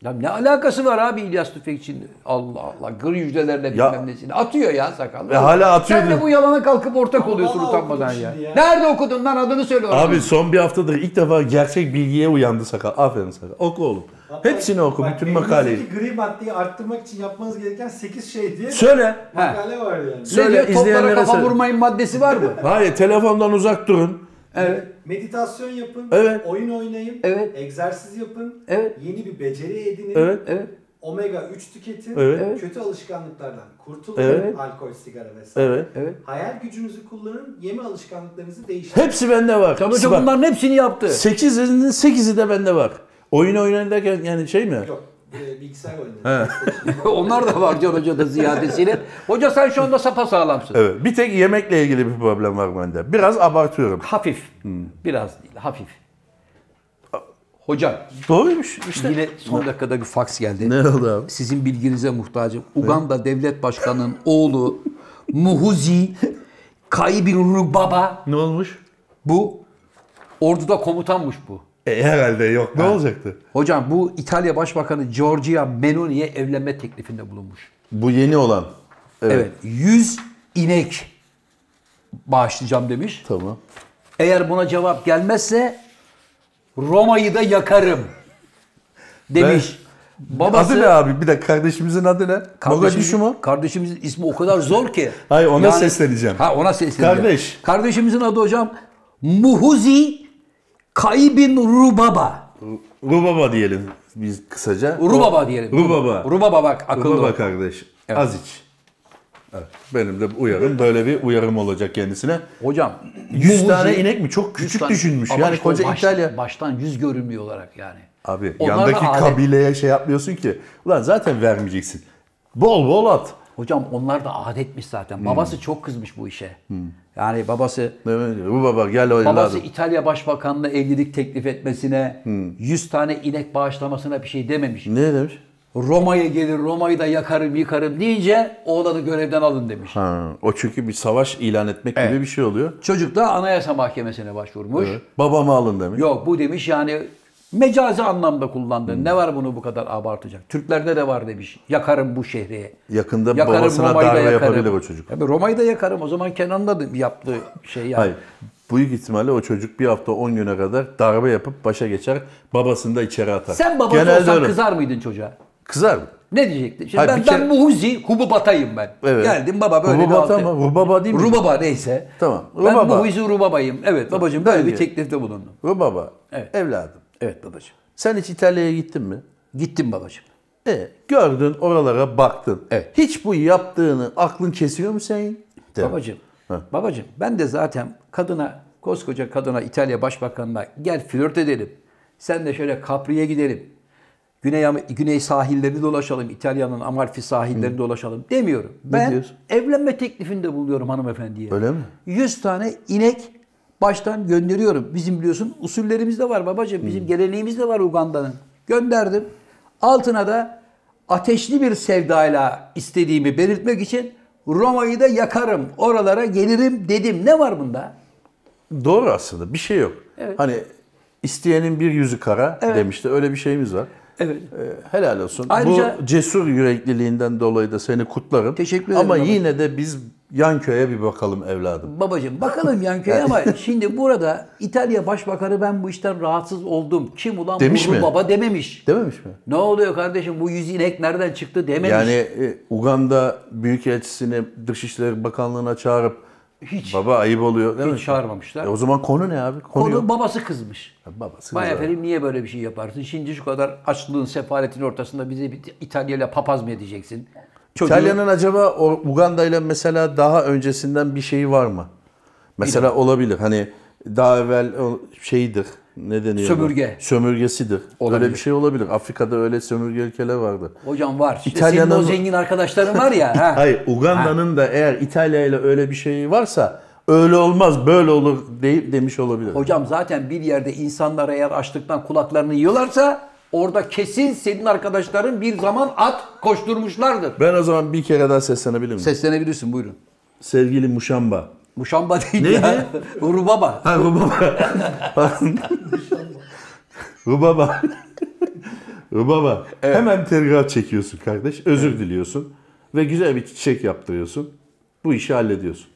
Speaker 1: Ya ne alakası var abi İlyas Tüfekçi'nin? Allah Allah. Gri hücrelerine
Speaker 2: Ya-
Speaker 1: bilmem nesini. Atıyor ya sakal.
Speaker 2: E, hala atıyor
Speaker 1: Sen
Speaker 2: diyor.
Speaker 1: de bu yalana kalkıp ortak oluyorsun
Speaker 3: vallahi
Speaker 1: utanmadan
Speaker 3: okudum
Speaker 1: ya.
Speaker 3: şimdi ya.
Speaker 1: Nerede okudun lan adını söyle oradan.
Speaker 2: abi son bir haftadır ilk defa gerçek bilgiye uyandı sakal. Aferin sakal. Oku oğlum.
Speaker 3: Hatta
Speaker 2: Hepsini oku
Speaker 3: bak,
Speaker 2: bütün
Speaker 3: beyninizdeki
Speaker 2: makaleyi.
Speaker 3: gri maddeyi arttırmak için yapmanız gereken 8 şey diye
Speaker 2: Söyle.
Speaker 3: makale var yani.
Speaker 1: Ne
Speaker 2: söyle,
Speaker 1: diyor, toplara
Speaker 2: izleyenlere
Speaker 1: kafa
Speaker 2: söyle.
Speaker 1: vurmayın maddesi var mı?
Speaker 2: Hayır telefondan uzak durun.
Speaker 1: evet.
Speaker 3: Meditasyon yapın,
Speaker 2: Evet.
Speaker 3: oyun oynayın,
Speaker 1: Evet.
Speaker 3: egzersiz yapın,
Speaker 1: Evet.
Speaker 3: yeni bir beceri edinin,
Speaker 2: Evet.
Speaker 1: Evet.
Speaker 3: omega 3 tüketin,
Speaker 2: Evet.
Speaker 3: kötü alışkanlıklardan kurtulun,
Speaker 2: Evet.
Speaker 3: alkol, sigara vesaire.
Speaker 2: Evet.
Speaker 1: Evet.
Speaker 3: Hayal gücünüzü kullanın, yeme alışkanlıklarınızı değiştirin.
Speaker 2: Hepsi bende var.
Speaker 1: Can Hoca bunların hepsini yaptı.
Speaker 2: 8'inin 8'i de bende var. Oyun oynarken yani şey mi?
Speaker 3: Yok, e, bilgisayar oyunu.
Speaker 1: Onlar da var Can Hoca'da ziyadesiyle. Hoca sen şu anda sapasağlamsın.
Speaker 2: Evet. Bir tek yemekle ilgili bir problem var bende. Biraz abartıyorum.
Speaker 1: Hafif.
Speaker 2: Hmm.
Speaker 1: Biraz değil, hafif. Hocam,
Speaker 2: Doğruymuş işte.
Speaker 1: yine son dakikada bir faks geldi.
Speaker 2: Ne oldu abi?
Speaker 1: Sizin bilginize muhtacım. Uganda Devlet Başkanı'nın oğlu Muhuzi Kaibin Baba
Speaker 2: Ne olmuş?
Speaker 1: bu orduda komutanmış bu.
Speaker 2: E, herhalde yok. Ne olacaktı?
Speaker 1: Hocam bu İtalya Başbakanı Giorgia Meloni'ye evlenme teklifinde bulunmuş.
Speaker 2: Bu yeni olan. Evet.
Speaker 1: Evet. 100 inek bağışlayacağım demiş.
Speaker 2: Tamam.
Speaker 1: Eğer buna cevap gelmezse Roma'yı da yakarım demiş. Babası
Speaker 2: E, Adı ne abi? Bir dakika kardeşimizin adı ne? Mogadishu mu?
Speaker 1: Kardeşimizin ismi o kadar zor ki.
Speaker 2: Hayır, ona sesleneceğim.
Speaker 1: Ha ona sesleneceğim.
Speaker 2: Kardeş.
Speaker 1: Kardeşimizin adı hocam Muhuzi Kaybin Rubaba.
Speaker 2: Rubaba diyelim biz kısaca.
Speaker 1: Rubaba diyelim.
Speaker 2: Rubaba.
Speaker 1: Rubaba bak akıllı.
Speaker 2: Rubaba
Speaker 1: ol.
Speaker 2: kardeş.
Speaker 1: Evet.
Speaker 2: Az iç. Benim de uyarım böyle bir uyarım olacak kendisine.
Speaker 1: Hocam
Speaker 2: 100
Speaker 1: Muzi-
Speaker 2: tane inek mi? Çok
Speaker 1: 100
Speaker 2: küçük
Speaker 1: tane-
Speaker 2: düşünmüş.
Speaker 1: Ama
Speaker 2: Yani
Speaker 1: işte
Speaker 2: koca
Speaker 1: o baş-
Speaker 2: İtalya.
Speaker 1: Baştan yüz görünmüyor olarak yani.
Speaker 2: Abi
Speaker 1: Onlar da
Speaker 2: yandaki
Speaker 1: alet.
Speaker 2: kabileye şey yapmıyorsun ki. Ulan zaten vermeyeceksin. Bol bol at.
Speaker 1: Hocam onlar da adetmiş zaten.
Speaker 2: Hmm.
Speaker 1: Babası çok kızmış bu işe. Yani babası
Speaker 2: Bu baba gel o
Speaker 1: babası
Speaker 2: Hmm. evladım.
Speaker 1: İtalya Başbakanı'na evlilik teklif etmesine,
Speaker 2: Hmm.
Speaker 1: 100 tane inek bağışlamasına bir şey dememiş.
Speaker 2: Ne demiş?
Speaker 1: Roma'ya gelir, Roma'yı da yakarım, yıkarım deyince oğlanı görevden alın demiş.
Speaker 2: Ha, o çünkü bir savaş ilan etmek gibi bir şey oluyor.
Speaker 1: Çocuk da Anayasa Mahkemesi'ne başvurmuş.
Speaker 2: Babamı alın demiş.
Speaker 1: Yok bu demiş yani mecazi anlamda kullandı.
Speaker 2: Hmm.
Speaker 1: Ne var bunu bu kadar abartacak? Türklerde de var demiş. Yakarım bu şehri.
Speaker 2: Yakında babasına
Speaker 1: Roma'yı da
Speaker 2: darbe
Speaker 1: yakarım.
Speaker 2: yapabilir o çocuk.
Speaker 1: Tabii Roma'yı da yakarım. O zaman Kenan'da da yaptığı şey yani.
Speaker 2: Hayır. Büyük ihtimalle o çocuk bir hafta 10 güne kadar darbe yapıp başa geçer. Babasını da içeri atar.
Speaker 1: Sen babası
Speaker 2: Genelde
Speaker 1: olsan
Speaker 2: öyle.
Speaker 1: kızar mıydın çocuğa?
Speaker 2: Kızar mı?
Speaker 1: Ne diyecektin? Şimdi
Speaker 2: Hayır,
Speaker 1: ben,
Speaker 2: bir kere-
Speaker 1: ben Muhuzi, Hububata'yım ben.
Speaker 2: Evet.
Speaker 1: Geldim baba böyle
Speaker 2: Rubaba
Speaker 1: bir altı-
Speaker 2: ama, rubaba değil mi?
Speaker 1: Rubaba neyse.
Speaker 2: Tamam,
Speaker 1: Ben
Speaker 2: rubaba.
Speaker 1: Muhuzi Rubabayım. Evet babacığım böyle
Speaker 2: Bence.
Speaker 1: bir teklifte bulundum.
Speaker 2: Bu baba.
Speaker 1: Evet.
Speaker 2: Evladım.
Speaker 1: Evet babacığım.
Speaker 2: Sen hiç İtalya'ya gittin mi?
Speaker 1: Gittim babacığım.
Speaker 2: E, gördün oralara baktın.
Speaker 1: Evet.
Speaker 2: Hiç bu yaptığını aklın kesiyor mu senin? De.
Speaker 1: Babacım, babacım ben de zaten kadına, koskoca kadına İtalya Başbakanı'na gel flört edelim. Sen de şöyle Kapri'ye gidelim. Güney, Am- Güney sahillerini dolaşalım. İtalya'nın Amalfi sahillerini dolaşalım demiyorum. Ben
Speaker 2: diyorsun?
Speaker 1: evlenme teklifinde buluyorum hanımefendiye.
Speaker 2: Öyle mi?
Speaker 1: 100 tane inek baştan gönderiyorum. Bizim biliyorsun usullerimiz de var babacığım.
Speaker 2: Hmm.
Speaker 1: Bizim geleneğimiz de var Uganda'nın. Gönderdim. Altına da ateşli bir sevdayla istediğimi belirtmek için Roma'yı da yakarım, oralara gelirim dedim. Ne var bunda?
Speaker 2: Doğru aslında bir şey yok. Hani isteyenin bir yüzü kara demişti. Öyle bir şeyimiz var.
Speaker 1: Evet.
Speaker 2: Ee, helal olsun.
Speaker 1: Ayrıca-
Speaker 2: Bu cesur yürekliliğinden dolayı da seni kutlarım.
Speaker 1: Teşekkür ederim
Speaker 2: Ama
Speaker 1: babacığım.
Speaker 2: yine de biz yan köye bir bakalım evladım.
Speaker 1: Babacığım bakalım Yankı'ya ama şimdi burada İtalya Başbakanı ben bu işten rahatsız oldum. Kim ulan
Speaker 2: Demiş
Speaker 1: bu
Speaker 2: mi?
Speaker 1: baba dememiş.
Speaker 2: Dememiş mi?
Speaker 1: Ne oluyor kardeşim bu yüz inek nereden çıktı dememiş.
Speaker 2: Yani e, Uganda Büyükelçisini Dışişleri Bakanlığı'na çağırıp
Speaker 1: Hiç.
Speaker 2: baba ayıp oluyor dememiş
Speaker 1: Hiç
Speaker 2: mi?
Speaker 1: çağırmamışlar.
Speaker 2: E, o zaman konu ne abi? Konu,
Speaker 1: Konu
Speaker 2: yok.
Speaker 1: babası kızmış.
Speaker 2: Babası
Speaker 1: Vay
Speaker 2: kızar.
Speaker 1: efendim niye böyle bir şey yaparsın? Şimdi şu kadar açlığın, sefaletin ortasında bize bir İtalya'yla papaz mı edeceksin? Çocuğu-
Speaker 2: İtalya'nın acaba o Uganda ile mesela daha öncesinden bir şeyi var mı? Mesela olabilir. Hani daha evvel o şeydir. Ne deniyor?
Speaker 1: Sömürge.
Speaker 2: Sömürgesidir.
Speaker 1: Olabilir.
Speaker 2: Öyle bir şey olabilir. Afrika'da öyle sömürge ülkeler vardı.
Speaker 1: Hocam var. İşte
Speaker 2: İtalya'nın-
Speaker 1: Senin o zengin arkadaşların var ya. ha.
Speaker 2: Hayır, Uganda'nın da eğer İtalya ile öyle bir şey varsa öyle olmaz, böyle olur deyip demiş olabilir.
Speaker 1: Hocam zaten bir yerde insanlar eğer açlıktan kulaklarını yiyorlarsa orada kesin senin arkadaşların bir zaman at koşturmuşlardır.
Speaker 2: Ben o zaman bir kere daha seslenebilir miyim?
Speaker 1: Seslenebilirsin buyurun.
Speaker 2: Sevgili Muşamba.
Speaker 1: Muşamba değil
Speaker 2: Neydi?
Speaker 1: ya. Rubaba.
Speaker 2: Ha Rubaba. Pardon. Rubaba. Rubaba. Hemen telgraf çekiyorsun kardeş. Özür diliyorsun. Ve güzel bir çiçek yaptırıyorsun. Bu işi hallediyorsun.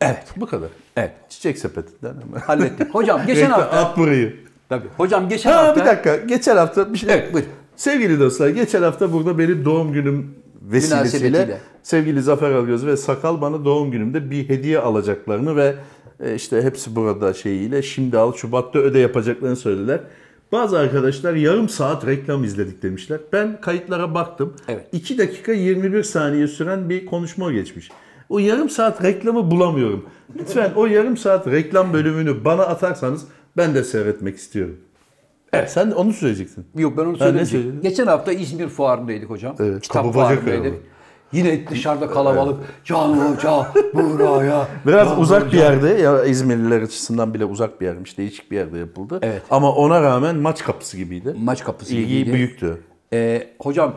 Speaker 1: Evet.
Speaker 2: Bu kadar.
Speaker 1: Evet.
Speaker 2: Çiçek sepetinden hemen.
Speaker 1: Hallettik. Hocam geçen hafta.
Speaker 2: At burayı.
Speaker 1: Tabii. Hocam geçen
Speaker 2: Ha
Speaker 1: hafta.
Speaker 2: bir dakika. Geçen hafta bir şey.
Speaker 1: Evet, buyur.
Speaker 2: Sevgili dostlar, geçen hafta burada benim doğum günüm
Speaker 1: Münasebetiyle.
Speaker 2: vesilesiyle sevgili Zafer Algöz ve Sakal bana doğum günümde bir hediye alacaklarını ve e, işte hepsi burada şeyiyle şimdi al Şubat'ta öde yapacaklarını söylediler. Bazı arkadaşlar yarım saat reklam izledik demişler. Ben kayıtlara baktım.
Speaker 1: Evet.
Speaker 2: 2 dakika 21 saniye süren bir konuşma geçmiş. O yarım saat reklamı bulamıyorum. Lütfen o yarım saat reklam bölümünü bana atarsanız ben de seyretmek istiyorum. Evet. Sen de onu söyleyeceksin.
Speaker 1: Yok ben onu
Speaker 2: ne
Speaker 1: söylemeyeceğim.
Speaker 2: söyledin?
Speaker 1: Geçen hafta İzmir fuarındaydık hocam.
Speaker 2: Evet,
Speaker 1: Kitap
Speaker 2: kapı bacak
Speaker 1: fuarındaydık.
Speaker 2: aralama.
Speaker 1: Yine dışarıda kalabalık. Can hoca buraya.
Speaker 2: Biraz
Speaker 1: Can
Speaker 2: uzak bir
Speaker 1: hoca.
Speaker 2: yerde ya İzmirliler açısından bile uzak bir yermiş. Değişik bir yerde yapıldı.
Speaker 1: Evet.
Speaker 2: Ama ona rağmen maç kapısı gibiydi.
Speaker 1: Maç kapısı
Speaker 2: İlgi
Speaker 1: gibiydi.
Speaker 2: büyüktü.
Speaker 1: Ee, hocam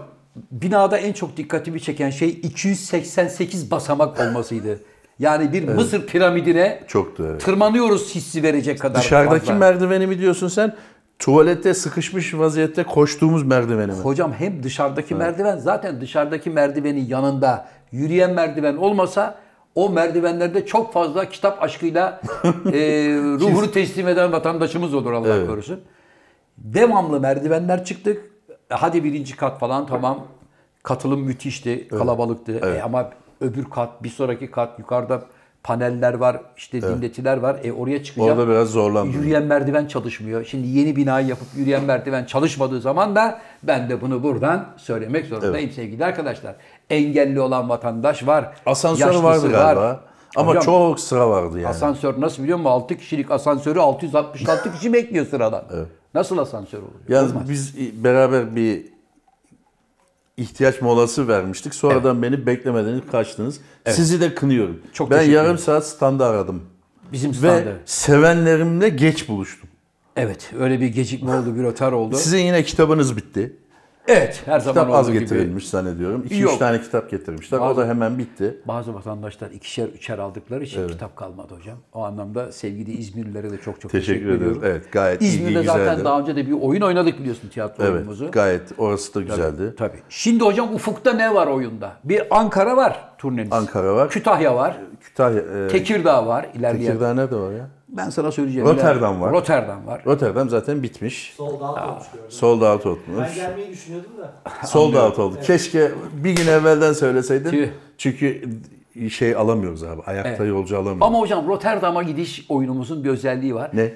Speaker 1: binada en çok dikkatimi çeken şey 288 basamak olmasıydı. Yani bir Mısır piramidine
Speaker 2: Çoktu, evet.
Speaker 1: tırmanıyoruz hissi verecek kadar
Speaker 2: Dışarıdaki
Speaker 1: fazla.
Speaker 2: merdiveni mi diyorsun sen? Tuvalette sıkışmış vaziyette koştuğumuz merdiveni mi?
Speaker 1: Hocam hem dışarıdaki merdiven zaten dışarıdaki merdivenin yanında yürüyen merdiven olmasa o merdivenlerde çok fazla kitap aşkıyla e, ruhunu teslim eden vatandaşımız olur Allah korusun. Devamlı merdivenler çıktık. E, Hadi birinci kat falan tamam. Katılım müthişti, kalabalıktı. E ama öbür kat, bir sonraki kat yukarıda paneller var, işte dinletiler var. E oraya çıkacak.
Speaker 2: Orada biraz zorlandım.
Speaker 1: Yürüyen merdiven çalışmıyor. Şimdi yeni binayı yapıp yürüyen merdiven çalışmadığı zaman da ben de bunu buradan söylemek zorundayım sevgili arkadaşlar. Engelli olan vatandaş var.
Speaker 2: Asansör
Speaker 1: yaşlısı
Speaker 2: vardı galiba. Ama
Speaker 1: Hocam,
Speaker 2: çok sıra vardı yani.
Speaker 1: Asansör nasıl biliyor musun? 6 kişilik asansörü 666 kişi bekliyor sıradan. Nasıl asansör oluyor?
Speaker 2: Yalnız biz beraber bir ihtiyaç molası vermiştik. Sonradan beni beklemediniz, kaçtınız. Sizi de kınıyorum.
Speaker 1: Çok
Speaker 2: ben
Speaker 1: teşekkür
Speaker 2: yarım
Speaker 1: ederim.
Speaker 2: saat standa aradım.
Speaker 1: Bizim
Speaker 2: Ve
Speaker 1: standı.
Speaker 2: sevenlerimle geç buluştum.
Speaker 1: Evet öyle bir gecikme oldu, bir rötar oldu.
Speaker 2: Sizin yine kitabınız bitti.
Speaker 1: Evet her zaman
Speaker 2: Kitap az
Speaker 1: olduğu gibi.
Speaker 2: getirilmiş zannediyorum. 2-3
Speaker 1: Yok.
Speaker 2: tane kitap getirmişler. O
Speaker 1: Az-
Speaker 2: da hemen bitti.
Speaker 1: Bazı vatandaşlar ikişer üçer aldıkları için kitap kalmadı hocam. O anlamda sevgili İzmirlilere de çok çok teşekkür,
Speaker 2: Teşekkür ederim.
Speaker 1: ediyorum.
Speaker 2: Evet gayet iyi,
Speaker 1: İzmir'de
Speaker 2: güzeldi.
Speaker 1: zaten daha önce de bir oyun oynadık biliyorsun tiyatro
Speaker 2: Evet
Speaker 1: oyunumuzu.
Speaker 2: gayet orası da güzeldi.
Speaker 1: Tabii. Şimdi hocam ufukta ne var oyunda? Bir Ankara var turnemiz.
Speaker 2: Ankara var.
Speaker 1: Kütahya var.
Speaker 2: Kütahya, e,
Speaker 1: Tekirdağ var ilerleyen.
Speaker 2: Tekirdağ nerede var ya?
Speaker 1: Ben sana söyleyeceğim.
Speaker 2: Rotterdam
Speaker 1: İler-
Speaker 2: var.
Speaker 1: Rotterdam var.
Speaker 2: Rotterdam zaten bitmiş.
Speaker 3: Sol daha olmuş gördüm.
Speaker 2: Sold out olmuş.
Speaker 3: Ben gelmeyi düşünüyordum da.
Speaker 2: Sold out oldu. Keşke bir gün evvelden söyleseydin.
Speaker 1: Tüh.
Speaker 2: Çünkü şey alamıyoruz abi. Ayakta yolcu alamıyoruz.
Speaker 1: Ama hocam Rotterdam'a gidiş oyunumuzun bir özelliği var.
Speaker 2: Ne?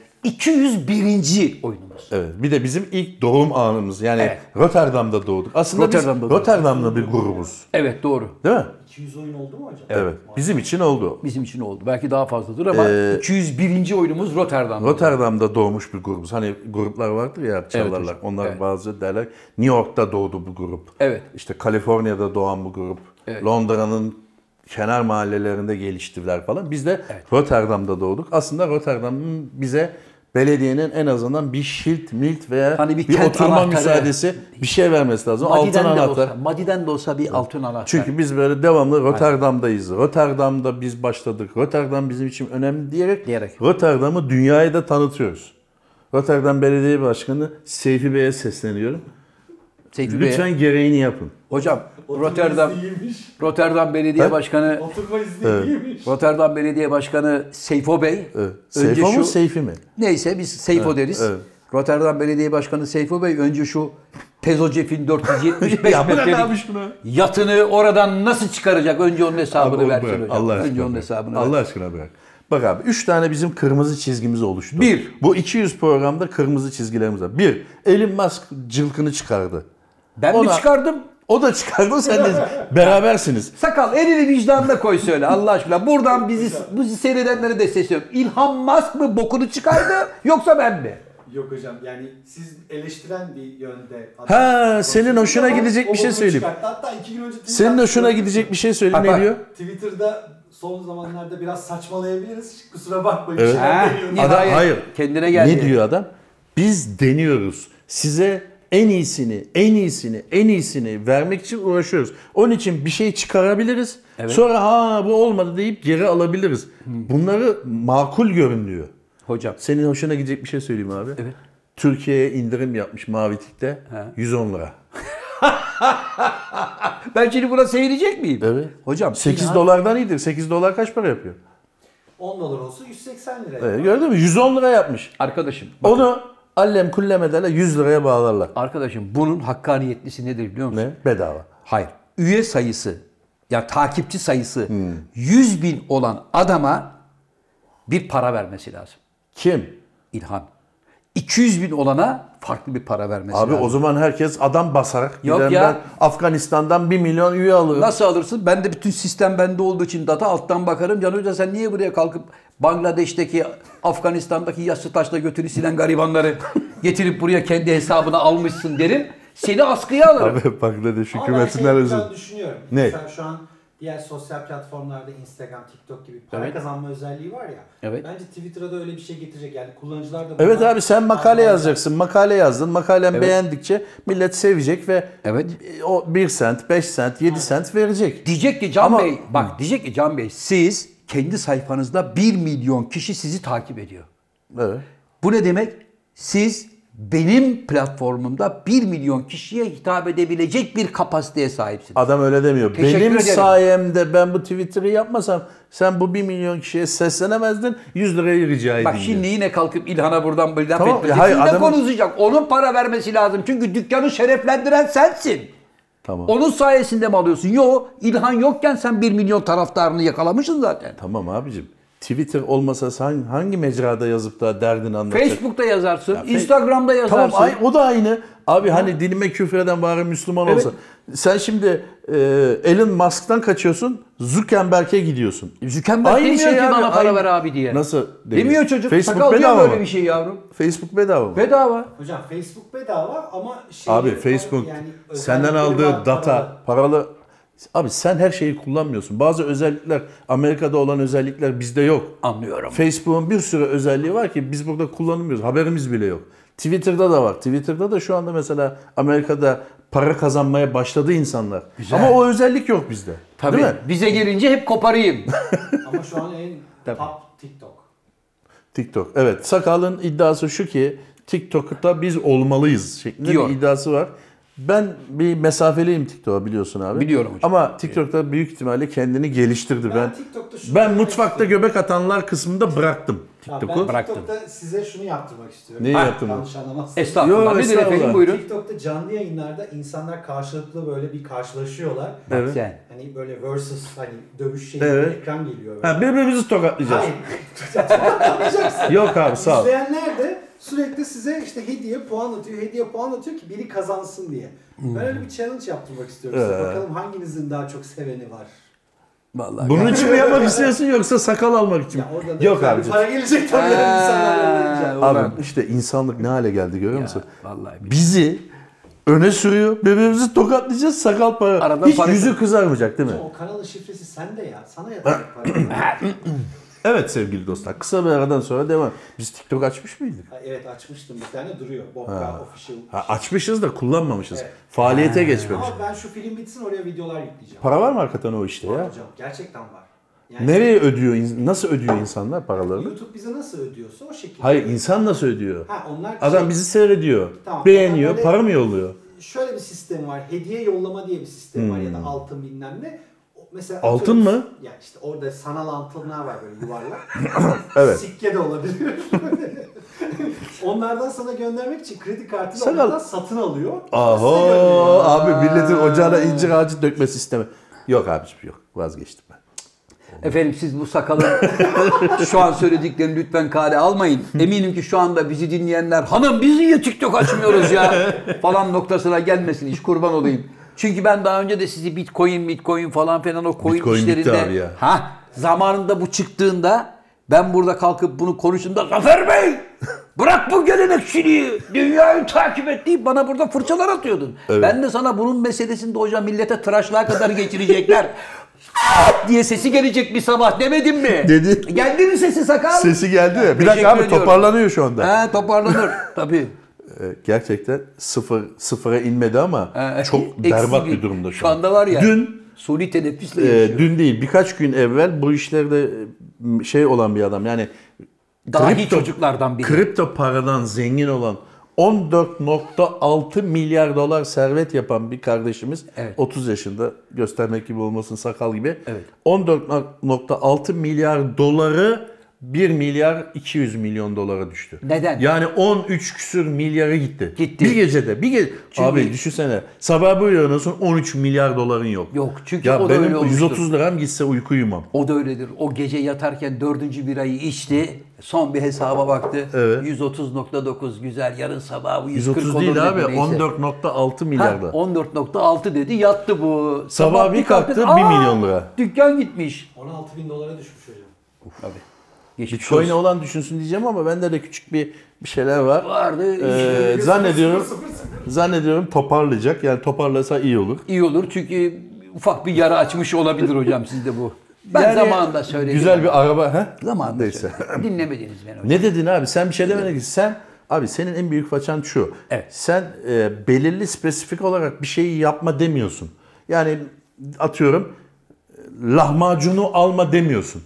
Speaker 1: 201. oyunumuz.
Speaker 2: Evet. Bir de bizim ilk doğum anımız. Yani
Speaker 1: Evet.
Speaker 2: Rotterdam'da doğduk. Aslında
Speaker 1: Rotterdam'da
Speaker 2: biz
Speaker 1: doğduk.
Speaker 2: Rotterdam'da bir grubuz.
Speaker 1: Evet doğru.
Speaker 2: Değil mi?
Speaker 3: 200 oyun oldu mu hocam?
Speaker 2: Evet. Bizim için oldu.
Speaker 1: Bizim için oldu. Belki daha fazladır ama
Speaker 2: Ee,
Speaker 1: 201. oyunumuz Rotterdam'da.
Speaker 2: Rotterdam'da doğmuş bir grubuz. Hani gruplar vardır ya çalarlar.
Speaker 1: hocam,
Speaker 2: Onlar
Speaker 1: evet.
Speaker 2: bazı derler. New York'ta doğdu bu grup.
Speaker 1: Evet.
Speaker 2: İşte Kaliforniya'da doğan bu grup. Londra'nın kenar mahallelerinde geliştiler falan. Biz de Rotterdam'da doğduk. Aslında Rotterdam bize belediyenin en azından bir şilt, milt veya
Speaker 1: Hani bir
Speaker 2: bir,
Speaker 1: kent
Speaker 2: oturma
Speaker 1: anahtarı.
Speaker 2: müsaadesi bir şey vermesi lazım.
Speaker 1: Madiden
Speaker 2: Altın
Speaker 1: de
Speaker 2: anahtar.
Speaker 1: olsa, Madiden de olsa bir altın anahtar.
Speaker 2: Çünkü biz böyle devamlı Rotterdam'dayız. Rotterdam'da biz başladık. Rotterdam bizim için önemli diyerek,
Speaker 1: Diyerek.
Speaker 2: Rotterdam'ı dünyaya da tanıtıyoruz. Rotterdam Belediye Başkanı Seyfi Bey'e sesleniyorum.
Speaker 1: Seyfi Bey-
Speaker 2: Lütfen gereğini yapın.
Speaker 1: Hocam
Speaker 3: Oturma
Speaker 1: Rotterdam
Speaker 3: izni iyiymiş.
Speaker 1: Rotterdam Belediye Başkanı
Speaker 3: Oturma izni iyiymiş.
Speaker 1: Rotterdam Belediye Başkanı Seyfo Bey. önce
Speaker 2: Seyfo mu
Speaker 1: şu-
Speaker 2: Seyfi mi?
Speaker 1: Neyse biz Seyfo deriz.
Speaker 2: evet.
Speaker 1: Rotterdam Belediye Başkanı Seyfo Bey önce şu Pezocef'in 475
Speaker 2: Ya bırak abi
Speaker 1: metrelik
Speaker 2: şunu.
Speaker 1: yatını oradan nasıl çıkaracak? Önce onun hesabını
Speaker 2: Abi onu
Speaker 1: versin
Speaker 2: bırak.
Speaker 1: hocam.
Speaker 2: Allah aşkına.
Speaker 1: önce onun
Speaker 2: bırak.
Speaker 1: hesabını
Speaker 2: Allah
Speaker 1: ver.
Speaker 2: aşkına bırak. Bak abi 3 tane bizim kırmızı çizgimiz oluştu.
Speaker 1: Bir.
Speaker 2: Bu 200 programda kırmızı çizgilerimiz var. Bir. Elon Musk cılkını çıkardı.
Speaker 1: Ben mi
Speaker 2: Ona-
Speaker 1: çıkardım?
Speaker 2: O da çıkardı sen de berabersiniz.
Speaker 1: Sakal elini vicdanına koy söyle Allah aşkına. Buradan bizi bizi seyredenlere de sesleniyorum. İlhan Musk mı bokunu çıkardı yoksa ben mi?
Speaker 3: Yok hocam yani siz eleştiren bir yönde.
Speaker 2: Ha, senin hoşuna gidecek bir şey
Speaker 3: bokunu
Speaker 2: söyleyeyim.
Speaker 3: çıkarttı. Hatta iki gün önce Twitter'da-
Speaker 2: Senin hoşuna gidecek bir şey söyle
Speaker 1: Bak,
Speaker 2: ne
Speaker 1: bak.
Speaker 2: diyor?
Speaker 3: Twitter'da son zamanlarda biraz saçmalayabiliriz. Kusura bakmayın.
Speaker 2: Evet.
Speaker 3: şeyler
Speaker 1: Ha,
Speaker 3: deniyorum.
Speaker 1: nihayet
Speaker 2: Adam hayır.
Speaker 1: kendine geldi.
Speaker 2: Ne diyor adam? Biz deniyoruz. Size en iyisini, en iyisini, en iyisini vermek için uğraşıyoruz. Onun için bir şey çıkarabiliriz. Sonra ha bu olmadı deyip geri alabiliriz. Bunları makul görünüyor.
Speaker 1: Hocam
Speaker 2: Senin hoşuna gidecek bir şey söyleyeyim abi.
Speaker 1: Evet.
Speaker 2: Türkiye'ye indirim yapmış Mavitik'te 110 lira.
Speaker 1: ben şimdi buna sevinecek miyim?
Speaker 2: Evet.
Speaker 1: Hocam
Speaker 2: 8
Speaker 1: İlhan-
Speaker 2: dolardan iyidir. 8 dolar kaç para yapıyor?
Speaker 3: 10 dolar olsa 180 lira.
Speaker 2: Evet, gördün mü? 110 lira yapmış.
Speaker 1: Arkadaşım bakın,
Speaker 2: Onu allem kullem ederler 100 liraya bağlarlar.
Speaker 1: arkadaşım bunun hakkaniyetlisi nedir biliyor musun?
Speaker 2: Ne? Bedava.
Speaker 1: Hayır. Üye sayısı ya takipçi sayısı
Speaker 2: Hmm.
Speaker 1: 100 bin olan adama bir para vermesi lazım.
Speaker 2: Kim?
Speaker 1: İlhan. 200 bin olana farklı bir para vermesi
Speaker 2: Abi
Speaker 1: lazım.
Speaker 2: o zaman herkes adam basarak.
Speaker 1: Yok
Speaker 2: Yok
Speaker 1: ya.
Speaker 2: Ben Afganistan'dan 1 milyon üye alırım.
Speaker 1: Nasıl alırsın? Ben de bütün sistem bende olduğu için data alttan bakarım. Can Hoca sen niye buraya kalkıp Bangladeş'teki, Afganistan'daki yaşlı taşla götünü silen garibanları getirip buraya kendi hesabına almışsın derim. Seni askıya alırım.
Speaker 2: Abi Bangladeş
Speaker 3: Ama ben şey
Speaker 2: hükümetinden özür.
Speaker 3: yapacağını düşünüyorum.
Speaker 2: Ne?
Speaker 3: Mesela şu an diğer sosyal platformlarda Instagram, TikTok gibi para
Speaker 1: Evet.
Speaker 3: kazanma özelliği var ya.
Speaker 1: Evet.
Speaker 3: Bence Twitter'da öyle bir şey getirecek. Yani kullanıcılar da
Speaker 2: Evet
Speaker 3: bundan-
Speaker 2: abi sen makale yazacaksın. Makale yazdın. Makalen beğendikçe millet sevecek ve
Speaker 1: Evet.
Speaker 2: o 1 sent, 5 sent, 7 sent verecek.
Speaker 1: Diyecek ki Can
Speaker 2: Ama-
Speaker 1: Bey, bak diyecek ki Can Bey siz kendi sayfanızda 1 milyon kişi sizi takip ediyor.
Speaker 2: Evet.
Speaker 1: Bu ne demek? Siz benim platformumda 1 milyon kişiye hitap edebilecek bir kapasiteye sahipsiniz.
Speaker 2: Adam öyle demiyor.
Speaker 1: Teşekkür
Speaker 2: Benim
Speaker 1: ederim.
Speaker 2: sayemde ben bu Twitter'ı yapmasam sen bu 1 milyon kişiye seslenemezdin. 100 lirayı rica edin.
Speaker 1: Bak
Speaker 2: diyor.
Speaker 1: şimdi yine kalkıp İlhan'a buradan bir laf
Speaker 2: Tamam,
Speaker 1: etmeyecek.
Speaker 2: hayır,
Speaker 1: Yine
Speaker 2: adamın-
Speaker 1: konuşacak. Onun para vermesi lazım. Çünkü dükkanı şereflendiren sensin.
Speaker 2: Tamam.
Speaker 1: Onun sayesinde mi alıyorsun? Yok. İlhan yokken sen 1 milyon taraftarını yakalamışsın zaten.
Speaker 2: Tamam abicim. Twitter olmasa sen hangi mecrada yazıp da derdini anlatacak?
Speaker 1: Facebook'ta yazarsın, Instagram'da yazarsın.
Speaker 2: Tamam ay- o da aynı. Abi hani dilime küfreden bari Müslüman
Speaker 1: Evet.
Speaker 2: olsa. Sen şimdi e, Elon Musk'tan kaçıyorsun, Zuckerberg'e gidiyorsun.
Speaker 1: E, Zuckerberg
Speaker 2: Aynı
Speaker 1: demiyor
Speaker 2: şey
Speaker 1: ki
Speaker 2: abi,
Speaker 1: bana para
Speaker 2: aynı.
Speaker 1: ver abi diye.
Speaker 2: Nasıl demiyor?
Speaker 1: Demiyor çocuk.
Speaker 2: Facebook
Speaker 1: Sakal diyor
Speaker 2: bedava
Speaker 1: böyle
Speaker 2: mı?
Speaker 1: bir şey yavrum.
Speaker 2: Facebook bedava mı?
Speaker 1: Bedava.
Speaker 3: Hocam Facebook bedava ama şey
Speaker 2: Abi Facebook senden
Speaker 3: özellikleri
Speaker 2: aldığı
Speaker 3: var,
Speaker 2: data,
Speaker 3: paralı.
Speaker 2: paralı Abi sen her şeyi kullanmıyorsun. Bazı özellikler Amerika'da olan özellikler bizde yok.
Speaker 1: Anlıyorum.
Speaker 2: Facebook'un bir sürü özelliği var ki biz burada kullanılmıyoruz. Haberimiz bile yok. Twitter'da da var. Twitter'da da şu anda mesela Amerika'da para kazanmaya başladı insanlar. Ama o özellik yok bizde.
Speaker 1: Tabii.
Speaker 2: Değil mi?
Speaker 1: Bize gelince hep koparayım.
Speaker 3: Ama şu an en top TikTok.
Speaker 2: TikTok. Evet. Sakal'ın iddiası şu ki TikTok'ta biz olmalıyız şeklinde
Speaker 1: Diyor.
Speaker 2: bir iddiası var. Ben bir mesafeliyim TikTok'a biliyorsun abi.
Speaker 1: Biliyorum hocam.
Speaker 2: Ama TikTok'ta büyük ihtimalle kendini geliştirdi. Ben
Speaker 3: Ben,
Speaker 2: ben,
Speaker 3: TikTok'ta şunu
Speaker 2: mutfakta göbek atanlar kısmında bıraktım
Speaker 3: Ya
Speaker 2: TikTok'u.
Speaker 3: Ben
Speaker 1: bıraktım.
Speaker 3: TikTok'ta size şunu yaptırmak istiyorum.
Speaker 2: Neyi
Speaker 3: Ha,
Speaker 2: yaptın lan?
Speaker 3: Yanlış anlamazsın.
Speaker 1: Estağfurullah.
Speaker 2: Yo,
Speaker 1: Nedir
Speaker 2: estağfurullah.
Speaker 1: efendim buyurun.
Speaker 3: TikTok'ta canlı yayınlarda insanlar karşılıklı böyle bir karşılaşıyorlar.
Speaker 2: Evet.
Speaker 1: Sen.
Speaker 3: Hani böyle versus hani dövüş şeyi
Speaker 2: Evet.
Speaker 3: bir ekran geliyor. Böyle.
Speaker 2: Ha, birbirimizi tokatlayacağız.
Speaker 3: Hayır. Tokatlayacaksın.
Speaker 2: Yok abi sağ ol.
Speaker 3: İzleyenler de sürekli size işte hediye puan atıyor, hediye puan atıyor ki biri kazansın diye. Ben öyle bir challenge yaptırmak istiyorum size.
Speaker 2: Hmm. Ee.
Speaker 3: Bakalım hanginizin daha çok seveni var.
Speaker 1: Vallahi.
Speaker 2: Bunun için mi yapmak istiyorsun yoksa sakal almak için mi?
Speaker 3: Ya orada da
Speaker 2: Yok
Speaker 3: güzel bir
Speaker 2: abi.
Speaker 3: para gelecek tabii.
Speaker 1: Ha.
Speaker 3: insanlardan gelecek.
Speaker 2: Abi işte insanlık ne hale geldi görüyor
Speaker 1: Ya,
Speaker 2: musun?
Speaker 1: Vallahi.
Speaker 2: Bizi öne sürüyor. Birbirimizi tokatlayacağız sakal para.
Speaker 1: Arada
Speaker 2: Hiç
Speaker 1: para-
Speaker 2: yüzü kızarmayacak değil mi?
Speaker 3: O kanalın şifresi sende ya. Sana yatacak para.
Speaker 2: Evet sevgili dostlar kısa bir aradan sonra devam. Biz TikTok açmış mıydık?
Speaker 3: Ha, evet açmıştım bir tane duruyor. Bobka Official.
Speaker 2: Ha, açmışız da kullanmamışız. Faaliyete geçmemiş.
Speaker 3: Ama ben şu film bitsin oraya videolar yükleyeceğim.
Speaker 2: şey. Para var mı hakikaten o işte ya?
Speaker 3: Hocam gerçekten var. Yani
Speaker 2: Nereye ödüyor, ins- nasıl ödüyor insanlar paralarını?
Speaker 3: YouTube bize nasıl ödüyorsa o şekilde.
Speaker 2: Hayır insan nasıl ödüyor?
Speaker 3: Ha onlar
Speaker 2: Adam
Speaker 3: şey-
Speaker 2: bizi seyrediyor,
Speaker 3: Tamam,
Speaker 2: beğeniyor,
Speaker 3: adam öyle-
Speaker 2: para mı yolluyor?
Speaker 3: şöyle bir sistem var. Hediye yollama diye bir sistem var ya da altın bilmem ne. O- Mesela
Speaker 2: Hmm. Altın
Speaker 3: atıyoruz-
Speaker 2: mı?
Speaker 3: Ya işte orada sanal altınlar var böyle yuvarlak.
Speaker 2: Evet.
Speaker 3: Sikke de olabilir. Onlardan sana göndermek için kredi kartını
Speaker 2: Sakal-
Speaker 3: onlardan satın alıyor.
Speaker 2: Aho
Speaker 3: Size gönderiyor.
Speaker 2: abi milletin ocağına incir ağacı dökmesi isteme. Yok abiciğim yok vazgeçtim ben.
Speaker 1: Efendim siz bu sakalın şu an söylediklerini lütfen kale almayın. Eminim ki şu anda bizi dinleyenler hanım biz niye TikTok açmıyoruz ya falan noktasına gelmesin hiç kurban olayım. Çünkü ben daha önce de sizi Bitcoin, Bitcoin falan filan o coin
Speaker 2: Bitcoin bitti
Speaker 1: işlerinde
Speaker 2: abi ya.
Speaker 1: ha zamanında bu çıktığında ben burada kalkıp bunu konuştuğumda Zafer Bey bırak bu gelenekçiliği dünyayı takip et deyip bana burada fırçalar atıyordun. Ben de sana bunun meselesinde hocam millete tıraşlığa kadar geçirecekler diye sesi gelecek bir sabah demedim mi?
Speaker 2: Dedi.
Speaker 1: Geldi mi sesi sakal?
Speaker 2: Sesi geldi de bir
Speaker 1: Teşekkür
Speaker 2: dakika abi
Speaker 1: ediyorum.
Speaker 2: toparlanıyor şu anda.
Speaker 1: He toparlanır tabii.
Speaker 2: E, gerçekten sıfır sıfıra inmedi ama
Speaker 1: He,
Speaker 2: çok
Speaker 1: e, eksi
Speaker 2: berbat bir durumda şu,
Speaker 1: Şu anda var ya.
Speaker 2: Dün
Speaker 1: Suni teneffüsle
Speaker 2: e,
Speaker 1: yaşıyor.
Speaker 2: dün değil birkaç gün evvel bu işlerde e, şey olan bir adam yani
Speaker 1: Dahi
Speaker 2: kripto-
Speaker 1: çocuklardan biri.
Speaker 2: Kripto paradan zengin olan 14.6 milyar dolar servet yapan bir kardeşimiz
Speaker 1: Evet.
Speaker 2: 30 yaşında göstermek gibi olmasın sakal gibi.
Speaker 1: Evet.
Speaker 2: 14.6 milyar doları 1 milyar 200 milyon dolara düştü.
Speaker 1: Neden?
Speaker 2: Yani 13 küsür milyarı gitti.
Speaker 1: Gitti.
Speaker 2: Bir gecede. Bir ge
Speaker 1: Çünkü-
Speaker 2: Abi düşünsene. Sabah bir uyanıyorsun 13 milyar doların yok.
Speaker 1: Yok, çünkü
Speaker 2: ya
Speaker 1: o da
Speaker 2: benim
Speaker 1: öyle olmuştur.
Speaker 2: 130 liram gitse uyku uyumam.
Speaker 1: O da öyledir. O gece yatarken dördüncü birayı içti. Son bir hesaba baktı.
Speaker 2: Evet.
Speaker 1: 130.9 güzel. Yarın sabah bu 140
Speaker 2: 130
Speaker 1: olur dedi
Speaker 2: değil abi
Speaker 1: neyse.
Speaker 2: 14.6
Speaker 1: Ha,
Speaker 2: milyarda.
Speaker 1: 14.6 dedi yattı bu.
Speaker 2: Sabah bir kalktı,
Speaker 1: kalktın,
Speaker 2: bir
Speaker 1: aa,
Speaker 2: milyon lira.
Speaker 1: Dükkan gitmiş.
Speaker 3: 16 bin dolara düşmüş hocam.
Speaker 1: Geçmiş
Speaker 2: Bitcoin
Speaker 1: olsun.
Speaker 2: olan düşünsün diyeceğim ama bende de küçük bir bir şeyler var.
Speaker 1: vardı. işte-
Speaker 2: Ee, zannediyorum zannediyorum toparlayacak. Yani toparlasa iyi olur.
Speaker 1: İyi olur çünkü ufak bir yara açmış olabilir hocam sizde bu. Ben
Speaker 2: Yani
Speaker 1: zamanında söyledim.
Speaker 2: Güzel bir araba ha?
Speaker 1: zamanında
Speaker 2: Neyse.
Speaker 1: söyledim. Dinlemediniz beni hocam.
Speaker 2: Ne dedin abi? Sen bir şey demedin ki. Sen abi senin en büyük façan şu.
Speaker 1: Evet.
Speaker 2: Sen e, belirli spesifik olarak bir şeyi yapma demiyorsun. Yani atıyorum e, lahmacunu alma demiyorsun.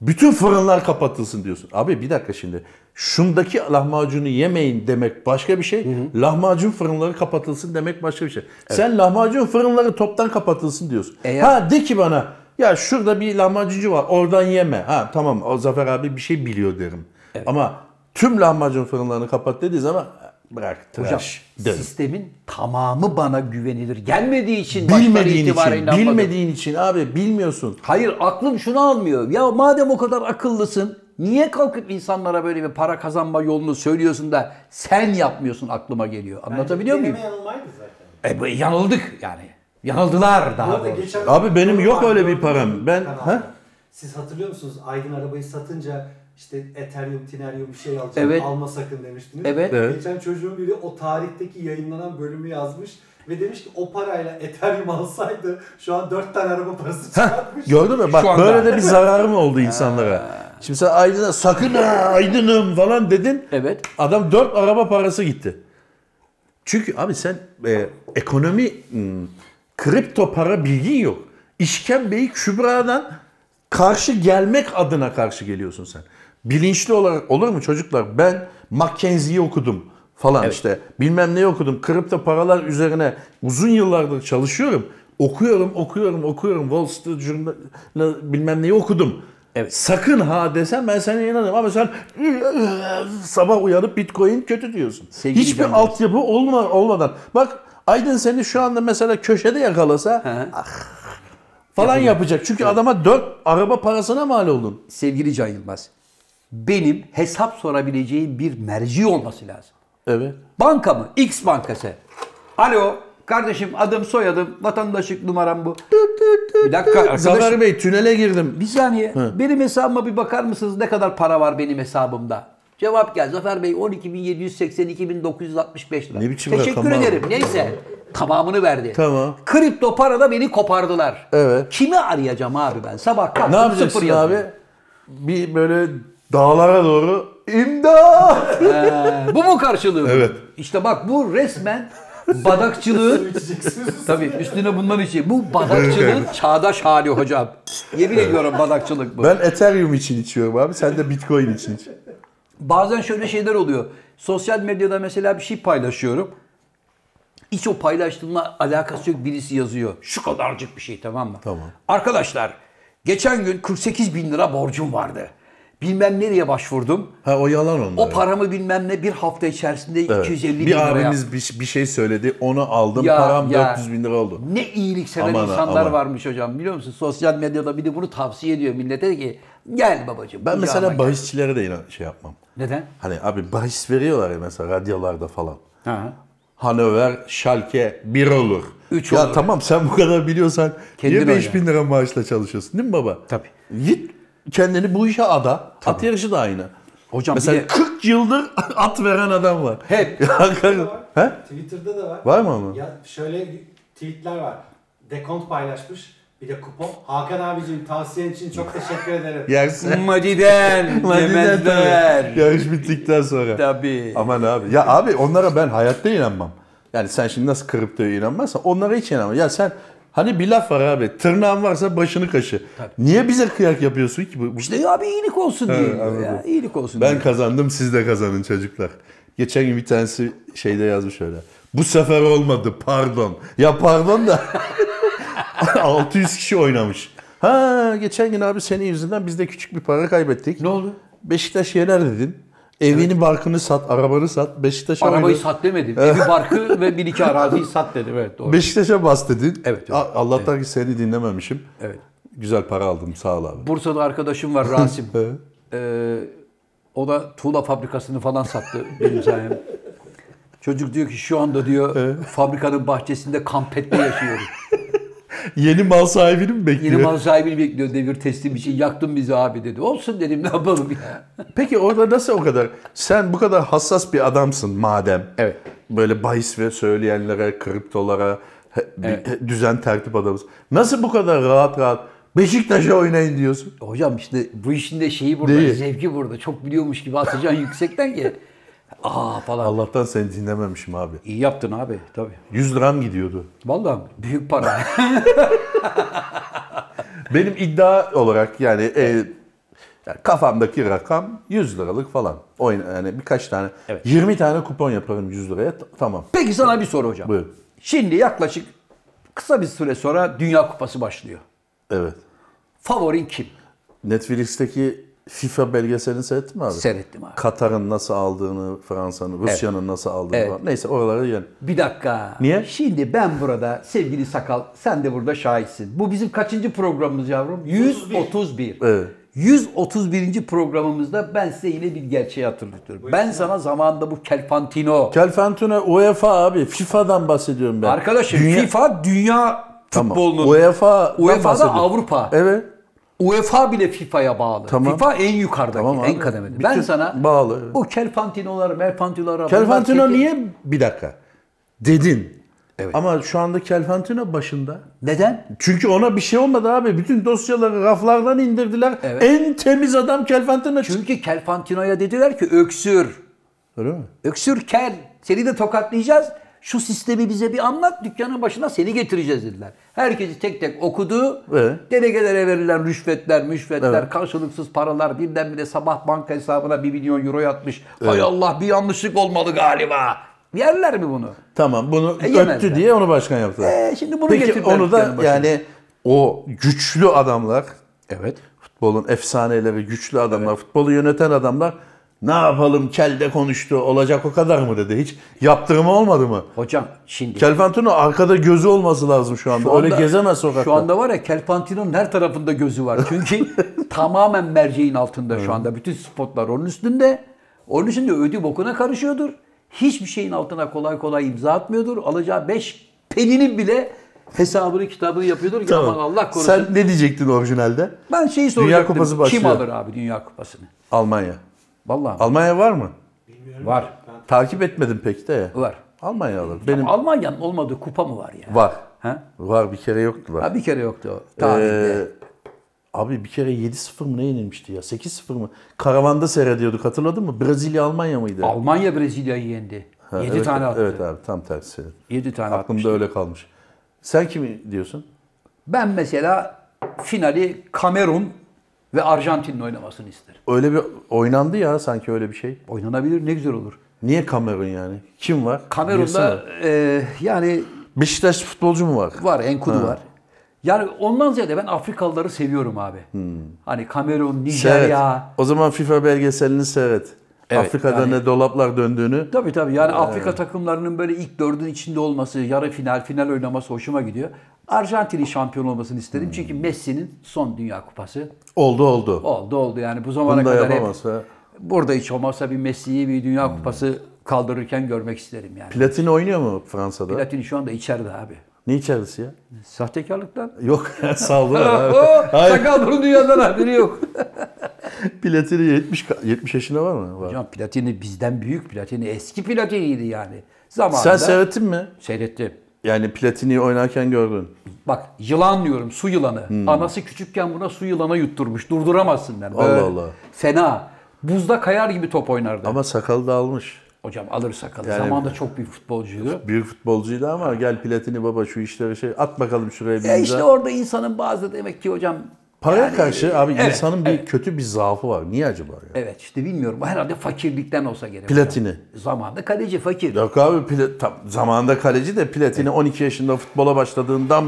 Speaker 2: Bütün fırınlar kapatılsın diyorsun. Abi bir dakika şimdi. Şundaki lahmacunu yemeyin demek başka bir şey. Lahmacun fırınları kapatılsın demek başka bir şey. Sen lahmacun fırınları toptan kapatılsın diyorsun.
Speaker 1: Eğer-
Speaker 2: Ha de ki bana ya şurada bir lahmacuncu var oradan yeme. Ha tamam o Zafer abi bir şey biliyor derim. Ama tüm lahmacun fırınlarını kapat dediği zaman Bırak
Speaker 1: Hocam
Speaker 2: tıraş. Dön.
Speaker 1: sistemin tamamı bana güvenilir gelmediği için başları
Speaker 2: Bilmediğin için,
Speaker 1: itibariyle bilmediğin
Speaker 2: bilmediğin için abi bilmiyorsun.
Speaker 1: Hayır aklım şunu almıyor. Ya madem o kadar akıllısın niye kalkıp insanlara böyle bir para kazanma yolunu söylüyorsun da sen yapmıyorsun aklıma geliyor. Anlatabiliyor muyum?
Speaker 3: Deneme yanılmaydı zaten.
Speaker 1: E, bu- yanıldık yani. Yanıldılar
Speaker 3: Bu
Speaker 1: daha
Speaker 3: arada
Speaker 1: doğrusu.
Speaker 3: geçen-
Speaker 2: Abi benim yok öyle bir param.
Speaker 3: param.
Speaker 2: Ben- ha?
Speaker 3: Siz hatırlıyor musunuz? Aydın arabayı satınca işte Ethereum, Tinerium bir şey alacak.
Speaker 1: Evet.
Speaker 3: Alma sakın demiştiniz.
Speaker 1: Evet.
Speaker 2: Evet.
Speaker 3: Geçen çocuğun biri o tarihteki yayınlanan bölümü yazmış ve demiş ki o parayla Ethereum alsaydı şu an 4 tane araba parası çıkartmış.
Speaker 2: Gördün mü? Bak
Speaker 1: Şu anda.
Speaker 2: böyle de bir zararım oldu insanlara. Şimdi sen Aydın'a sakın ha Aydın'ım falan dedin.
Speaker 1: Evet.
Speaker 2: Adam 4 araba parası gitti. Çünkü abi sen e, ekonomi hmm, kripto para bilgin yok. İşkembeyi kübradan karşı gelmek adına karşı geliyorsun sen. Bilinçli olarak olur mu çocuklar? Ben Mackenzie'yi okudum falan işte bilmem ne okudum. Kripto paralar üzerine uzun yıllardır çalışıyorum. Okuyorum, okuyorum, okuyorum. Wall Street Journal bilmem neyi okudum.
Speaker 1: Evet.
Speaker 2: Sakın ha desem ben sana inanırım ama sen sabah uyanıp Bitcoin kötü diyorsun.
Speaker 1: Sevgili
Speaker 2: Hiçbir
Speaker 1: canlar.
Speaker 2: altyapı olma, olmadan. Bak Aydın seni şu anda mesela köşede yakalasa
Speaker 1: Hı.
Speaker 2: ah, falan yapacak. Çünkü adama 4 araba parasına mal oldun.
Speaker 1: Sevgili Can Yılmaz. Benim hesap sorabileceğim bir merci olması lazım.
Speaker 2: Evet.
Speaker 1: Banka mı? X bankası. Alo. Kardeşim adım soyadım. Vatandaşlık numaram bu. Bir dakika arkadaş.
Speaker 2: Zafer Bey tünele girdim.
Speaker 1: Bir saniye. Benim hesabıma bir bakar mısınız? Ne kadar para var benim hesabımda? Cevap gel. Zafer Bey 12.782.965 lira.
Speaker 2: Ne biçim rakam
Speaker 1: Teşekkür
Speaker 2: abi?
Speaker 1: ederim. Neyse. Tamamını verdi.
Speaker 2: Tamam.
Speaker 1: Kripto parada beni kopardılar.
Speaker 2: Evet.
Speaker 1: Kimi arayacağım abi ben? Sabah kalktım
Speaker 2: Ne
Speaker 1: sıfır
Speaker 2: yapacaksın abi?
Speaker 1: yazıyorum.
Speaker 2: Bir böyle dağlara doğru imdat.
Speaker 1: Ee, bu mu karşılığı?
Speaker 2: Evet.
Speaker 1: İşte bak bu resmen badakçılığın
Speaker 3: İçeceksiniz.
Speaker 1: Tabii üstüne bundan içi. Bu badakçılığın çağdaş hali hocam. Yemin ediyorum badakçılık bu.
Speaker 2: ben Ethereum için içiyorum abi. Sen de Bitcoin için iç.
Speaker 1: Bazen şöyle şeyler oluyor. Sosyal medyada mesela bir şey paylaşıyorum. Hiç o paylaştığımla alakası yok birisi yazıyor. Şu kadarcık bir şey tamam mı?
Speaker 2: Tamam.
Speaker 1: Arkadaşlar geçen gün 48 bin lira borcum vardı. Bilmem nereye başvurdum.
Speaker 2: Ha o yalan onlar.
Speaker 1: O paramı bilmem ne bir hafta içerisinde
Speaker 2: Evet.
Speaker 1: 250 bin
Speaker 2: bir
Speaker 1: lira yaptı.
Speaker 2: abimiz bir, bir şey söyledi. Onu aldım.
Speaker 1: Ya,
Speaker 2: param
Speaker 1: ya.
Speaker 2: 400 bin lira oldu.
Speaker 1: Ne iyiliksever
Speaker 2: Aman ha,
Speaker 1: insanlar
Speaker 2: aman.
Speaker 1: varmış hocam biliyor musun? Sosyal medyada bir de bunu tavsiye ediyor millete ki gel babacığım.
Speaker 2: Ben
Speaker 1: kucağıma
Speaker 2: mesela
Speaker 1: gel."
Speaker 2: bahisçilere de inan şey yapmam.
Speaker 1: Neden?
Speaker 2: Hani abi bahis veriyorlar ya mesela radyolarda falan.
Speaker 1: Ha.
Speaker 2: Hanover, Schalke 1 olur.
Speaker 1: Üç
Speaker 2: ya
Speaker 1: olur.
Speaker 2: tamam sen bu kadar biliyorsan
Speaker 1: Kendin
Speaker 2: niye
Speaker 1: oyna.
Speaker 2: 5 bin lira maaşla çalışıyorsun değil mi baba?
Speaker 1: Tabii.
Speaker 2: Git kendini bu işe ada. At yarışı da aynı.
Speaker 1: Hocam bir
Speaker 2: mesela
Speaker 1: de-
Speaker 2: 40 yıldır at veren adam var.
Speaker 1: Hep.
Speaker 2: Hakikaten. He?
Speaker 3: Twitter'da da var.
Speaker 2: Var mı ama?
Speaker 3: Ya şöyle tweetler var. Dekont paylaşmış. Bir de kupon. Hakan abicim tavsiyen için çok teşekkür ederim.
Speaker 2: Yersin.
Speaker 1: Madiden,
Speaker 2: Madiden
Speaker 1: demezler.
Speaker 2: tabii. Yarış bittikten sonra.
Speaker 1: Tabii.
Speaker 2: Aman abi. Ya abi onlara ben hayatta inanmam. Yani sen şimdi nasıl kriptoya inanmazsan onlara hiç inanmam. Ya sen hani bir laf var abi. Tırnağın varsa başını kaşı. Niye bize kıyak yapıyorsun ki? Bu, bu-
Speaker 1: İşte ya bir E, iyilik olsun diye. ya. İyilik olsun
Speaker 2: ben
Speaker 1: diye.
Speaker 2: kazandım siz de kazanın çocuklar. Geçen gün bir tanesi şeyde yazmış öyle. Bu sefer olmadı pardon. Ya pardon da 600 kişi oynamış. Ha geçen gün abi senin yüzünden biz de küçük bir para kaybettik.
Speaker 1: Ne oldu?
Speaker 2: Beşiktaş yener dedin. Evini barkını sat, arabanı sat. Beşiktaş'a
Speaker 1: Arabayı
Speaker 2: oyna-
Speaker 1: sat demedim. Evi barkı ve bir iki araziyi sat dedim. Evet doğru.
Speaker 2: Beşiktaş'a bas dedin.
Speaker 1: Evet, evet.
Speaker 2: A- Allah'tan ki seni dinlememişim.
Speaker 1: Evet.
Speaker 2: Güzel para aldım sağ ol abi.
Speaker 1: Bursa'da arkadaşım var Rasim.
Speaker 2: Evet.
Speaker 1: Ee, o da tuğla fabrikasını falan sattı benim sayem. Çocuk diyor ki şu anda diyor fabrikanın bahçesinde kampette yaşıyorum.
Speaker 2: Yeni mal sahibini mi bekliyor?
Speaker 1: Yeni mal sahibini bekliyor devir teslim için. Yaktın bizi abi dedi. Olsun dedim ne yapalım ya.
Speaker 2: Peki orada nasıl o kadar? Sen bu kadar hassas bir adamsın madem.
Speaker 1: Evet.
Speaker 2: Böyle bahis ve söyleyenlere, kriptolara, he- bir- he- düzen tertip adamısın. Nasıl bu kadar rahat rahat Beşiktaş'a oynayın diyorsun?
Speaker 1: Hocam işte bu işin de şeyi burada,
Speaker 2: Değil.
Speaker 1: zevki burada. Çok biliyormuş gibi atacaksın yüksekten ki. Aa falan.
Speaker 2: Allah'tan seni dinlememişim abi.
Speaker 1: İyi yaptın abi tabii.
Speaker 2: 100 liram gidiyordu.
Speaker 1: Vallahi büyük para.
Speaker 2: Benim iddia olarak yani e, yani kafamdaki rakam 100 liralık falan. Oyun yani birkaç tane 20 tane kupon yaparım 100 liraya. T- Tamam.
Speaker 1: Peki sana bir soru hocam.
Speaker 2: Buyur.
Speaker 1: Şimdi yaklaşık kısa bir süre sonra Dünya Kupası başlıyor.
Speaker 2: Evet.
Speaker 1: Favorin kim?
Speaker 2: Netflix'teki FIFA belgeselini seyrettin mi abi?
Speaker 1: Seyrettim abi.
Speaker 2: Katar'ın nasıl aldığını, Fransa'nın, Rusya'nın nasıl aldığını falan. Neyse oralara gel.
Speaker 1: Bir dakika.
Speaker 2: Niye?
Speaker 1: Şimdi ben burada sevgili sakal sen de burada şahitsin. Bu bizim kaçıncı programımız yavrum? 131.
Speaker 2: Evet.
Speaker 1: 131. programımızda ben size yine bir gerçeği hatırlatıyorum. ben sana zamanında bu Kelpantino
Speaker 2: Kelfantuna UEFA abi. FIFA'dan bahsediyorum ben.
Speaker 1: arkadaşım
Speaker 2: Dünya-
Speaker 1: FIFA dünya
Speaker 2: Tamam.
Speaker 1: futbolunun
Speaker 2: UEFA
Speaker 1: UEFA'da Avrupa.
Speaker 2: Evet.
Speaker 1: UEFA bile FIFA'ya bağlı.
Speaker 2: Tamam.
Speaker 1: FIFA en yukarıdaki,
Speaker 2: Tamam abi.
Speaker 1: en kademede.
Speaker 2: Bütün
Speaker 1: Ben sana
Speaker 2: bağlı, evet.
Speaker 1: o Kelpantino'lar, Merpantino'lar... bunlar
Speaker 2: Kelfantino
Speaker 1: kendi-
Speaker 2: niye bir dakika dedin.
Speaker 1: Evet.
Speaker 2: Ama şu anda Kelfantino başında.
Speaker 1: Neden?
Speaker 2: Çünkü ona bir şey olmadı abi. Bütün dosyaları raflardan indirdiler.
Speaker 1: Evet.
Speaker 2: En temiz adam Kelfantino çıktı.
Speaker 1: Çünkü Kelpantino'ya dediler ki öksür.
Speaker 2: Öyle mi?
Speaker 1: Öksür kel. Seni de tokatlayacağız. Şu sistemi bize bir anlat. Dükkanın başına seni getireceğiz dediler. Herkesi tek tek okudu.
Speaker 2: Evet.
Speaker 1: Delegelere verilen rüşvetler, müşvetler, karşılıksız paralar. Birdenbire sabah banka hesabına 1 milyon euro yatmış. Hay Allah bir yanlışlık olmalı galiba. Yerler mi bunu?
Speaker 2: Tamam bunu
Speaker 1: E, yemezler.
Speaker 2: öptü diye onu başkan yaptılar.
Speaker 1: E, şimdi bunu
Speaker 2: Peki
Speaker 1: getirdiler
Speaker 2: onu da
Speaker 1: dükkanın başına.
Speaker 2: yani o güçlü adamlar
Speaker 1: Evet.
Speaker 2: futbolun efsaneleri güçlü adamlar futbolu yöneten adamlar ne yapalım kelde konuştu olacak o kadar mı dedi hiç yaptırımı olmadı mı?
Speaker 1: Hocam şimdi...
Speaker 2: Kelfantino arkada gözü olması lazım şu anda.
Speaker 1: Şu anda-
Speaker 2: Öyle gezemez sokakta.
Speaker 1: Şu anda var ya Kelpantino'nun her tarafında gözü var. Çünkü tamamen merceğin altında şu anda. Bütün spotlar onun üstünde. Onun için de ödü bokuna karışıyordur. Hiçbir şeyin altına kolay kolay imza atmıyordur. Alacağı 5 peninin bile hesabını kitabını yapıyordur. ki
Speaker 2: Tamam.
Speaker 1: Aman Allah korusun.
Speaker 2: Sen ne diyecektin orijinalde?
Speaker 1: Ben şeyi soracaktım.
Speaker 2: Kupası
Speaker 1: Kim
Speaker 2: başlıyor.
Speaker 1: alır abi Dünya Kupası'nı?
Speaker 2: Almanya.
Speaker 1: Vallahi
Speaker 2: Almanya var mı?
Speaker 3: Bilmiyorum.
Speaker 1: var.
Speaker 2: Takip etmedim pek de.
Speaker 1: Var.
Speaker 2: Almanya alır. Benim
Speaker 1: Almanya'nın olmadığı kupa mı var ya?
Speaker 2: var.
Speaker 1: Ha?
Speaker 2: Var bir kere yoktu var.
Speaker 1: ha bir kere yoktu o. Tarihte.
Speaker 2: Ee, abi bir kere 7-0 mı ne yenilmişti ya? 8-0 mı? Karavanda seyrediyorduk hatırladın mı? Brezilya Almanya mıydı?
Speaker 1: Almanya Brezilya'yı yendi. 7
Speaker 2: evet,
Speaker 1: tane attı.
Speaker 2: Evet abi tam tersi.
Speaker 1: 7 tane attı.
Speaker 2: Aklımda öyle kalmış. Sen kimi diyorsun?
Speaker 1: Ben mesela finali Kamerun ve Arjantin'in oynamasını isterim.
Speaker 2: Öyle bir oynandı ya sanki öyle bir şey.
Speaker 1: Oynanabilir ne güzel olur.
Speaker 2: Niye Kamerun yani? Kim var? Birisi
Speaker 1: Kamerun'da
Speaker 2: var.
Speaker 1: e, yani
Speaker 2: Beşiktaş futbolcu mu var?
Speaker 1: var Enkudu var. Yani ondan ziyade ben Afrikalıları seviyorum abi.
Speaker 2: Hmm.
Speaker 1: Hani
Speaker 2: Şey,
Speaker 1: Kamerun,
Speaker 2: Seyret.
Speaker 1: Nijerya.
Speaker 2: O zaman FIFA belgeselini seyret.
Speaker 1: Evet,
Speaker 2: Afrika'da
Speaker 1: yani-
Speaker 2: ne dolaplar döndüğünü.
Speaker 1: Tabii tabii yani Afrika takımlarının böyle ilk dördün içinde olması, yarı final, final oynaması hoşuma gidiyor. Arjantin'in şampiyon olmasını isterim.
Speaker 2: Hmm.
Speaker 1: Çünkü Messi'nin son Dünya Kupası
Speaker 2: Oldu oldu.
Speaker 1: oldu oldu yani bu zamana
Speaker 2: Bunu da
Speaker 1: kadar hep
Speaker 2: yapamazsa.
Speaker 1: burada hiç olmazsa bir Messi'yi bir
Speaker 2: Hmm.
Speaker 1: Dünya Kupası kaldırırken görmek isterim yani.
Speaker 2: Platini oynuyor mu Fransa'da?
Speaker 1: Platini şu anda içeride abi.
Speaker 2: Ne içerisi ya?
Speaker 1: Sahtekarlıktan.
Speaker 2: Yok saldılar abi.
Speaker 1: Oo,
Speaker 2: Hayır.
Speaker 1: sakal bunun dünyadan haberi yok.
Speaker 2: Platini 70, ka- 70 yaşında var mı? Var.
Speaker 1: Hocam Platini bizden büyük Platini. Eski Platini'ydi yani. Zamanında
Speaker 2: Sen seyrettin mi?
Speaker 1: seyrettim.
Speaker 2: Yani Platini oynarken gördün.
Speaker 1: Bak yılan diyorum su yılanı.
Speaker 2: Hmm.
Speaker 1: Anası küçükken buna su yılana yutturmuş. Durduramazsın ben. Böyle
Speaker 2: Allah Allah.
Speaker 1: Fena. Buzda kayar gibi top oynardı.
Speaker 2: Ama sakalı da almış.
Speaker 1: Hocam alır sakalı.
Speaker 2: Yani-
Speaker 1: Zamanında çok büyük futbolcuydu.
Speaker 2: Büyük futbolcuydu ama gel Platini baba şu işleri şey at bakalım şuraya bir
Speaker 1: Ya
Speaker 2: imza.
Speaker 1: E işte orada insanın bazı demek ki hocam
Speaker 2: Paraya karşı abi
Speaker 1: evet,
Speaker 2: insanın bir kötü bir zaafı var. Niye acaba ya?
Speaker 1: evet işte bilmiyorum herhalde fakirlikten olsa gerek. hocam.
Speaker 2: Platini.
Speaker 1: Zamanında kaleci fakir.
Speaker 2: Yok abi pla- tam, zamanında kaleci de Platini 12 yaşında futbola başladığından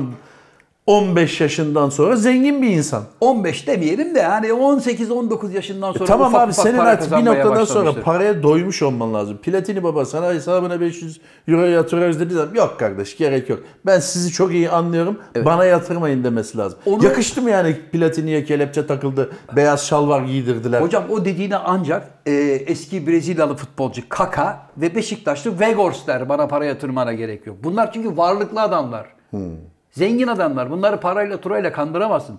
Speaker 2: 15 yaşından sonra zengin bir insan.
Speaker 1: 15 demeyelim de hani yani 18-19 yaşından sonra
Speaker 2: E, tamam
Speaker 1: ufak
Speaker 2: abi
Speaker 1: ufak
Speaker 2: senin
Speaker 1: para
Speaker 2: artık bir
Speaker 1: kazanmaya
Speaker 2: noktadan sonra
Speaker 1: başlamıştır.
Speaker 2: paraya doymuş olman lazım. Platini baba sana hesabına 500 euro yatırıyoruz dedi zaman yok kardeş gerek yok. Ben sizi çok iyi anlıyorum bana yatırmayın demesi lazım.
Speaker 1: Onu-
Speaker 2: Yakıştı mı yani Platini'ye kelepçe takıldı beyaz şalvar giydirdiler.
Speaker 1: Hocam o dediğine ancak e, eski Brezilyalı futbolcu Kaka ve Beşiktaşlı Vegors der bana para yatırmana gerek yok. Bunlar çünkü varlıklı adamlar.
Speaker 2: Hmm.
Speaker 1: Zengin adamlar. Bunları parayla turayla kandıramazsın.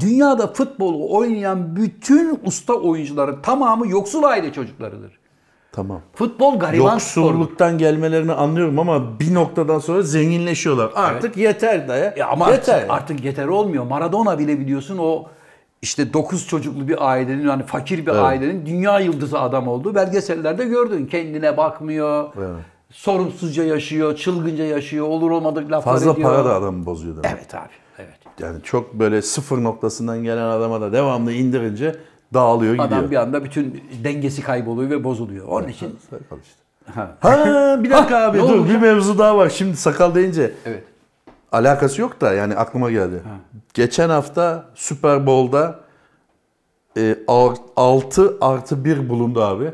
Speaker 1: Dünyada futbolu oynayan bütün usta oyuncuların tamamı yoksul aile çocuklarıdır.
Speaker 2: Tamam.
Speaker 1: Futbol gariban sporudur.
Speaker 2: Yoksulluktan gelmelerini anlıyorum ama bir noktadan sonra zenginleşiyorlar. Artık yeter daya.
Speaker 1: Ya E, ama
Speaker 2: yeter.
Speaker 1: artık, artık yeter olmuyor. Maradona bile biliyorsun o işte 9 çocuklu bir ailenin hani fakir bir ailenin dünya yıldızı adam olduğu belgesellerde gördün. Kendine bakmıyor. Sorumsuzca yaşıyor, çılgınca yaşıyor, olur olmadık laflar
Speaker 2: Fazla
Speaker 1: ediyor.
Speaker 2: para da adamı bozuyor demek.
Speaker 1: Evet abi, evet.
Speaker 2: Yani çok böyle sıfır noktasından gelen adama da devamlı indirince dağılıyor gidiyor.
Speaker 1: Adam bir anda bütün dengesi kayboluyor ve bozuluyor. Onun için
Speaker 2: Sakal işte.
Speaker 1: ha.
Speaker 2: Ha bir dakika
Speaker 1: Ha,
Speaker 2: abi
Speaker 1: ne
Speaker 2: dur
Speaker 1: olmuş
Speaker 2: bir mevzu daha var. Şimdi sakal deyince
Speaker 1: evet.
Speaker 2: alakası yok da yani aklıma geldi. Geçen hafta Super Bowl'da e, 6 artı 1 bulundu abi.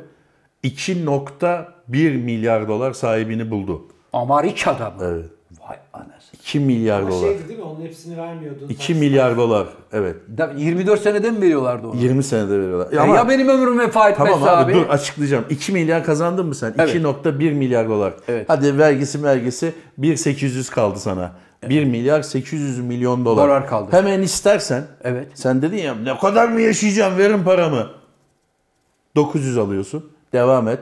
Speaker 2: 2.1 milyar dolar sahibini buldu.
Speaker 1: Amerika'da mı?
Speaker 2: Evet.
Speaker 1: Vay anasını.
Speaker 2: 2 milyar
Speaker 3: Ama şey
Speaker 2: dolar.
Speaker 3: şeydi değil mi? Onun hepsini vermiyordu.
Speaker 2: 2 milyar dolar. Evet.
Speaker 1: Da- 24 senede mi veriyorlardı onu?
Speaker 2: 20 senede veriyorlar.
Speaker 1: Ya,
Speaker 2: Ama
Speaker 1: ya benim ömrüm vefa etmezse
Speaker 2: tamam abi,
Speaker 1: abi.
Speaker 2: dur açıklayacağım. 2 milyar kazandın mı sen?
Speaker 1: Evet.
Speaker 2: 2.1 milyar dolar.
Speaker 1: Evet.
Speaker 2: Hadi vergisi vergisi 1.800 kaldı sana. 1 milyar 800 milyon dolar.
Speaker 1: Dolar kaldı.
Speaker 2: Hemen istersen.
Speaker 1: Evet.
Speaker 2: Sen dedin ya ne kadar mı yaşayacağım verin paramı. 900 alıyorsun. Devam et.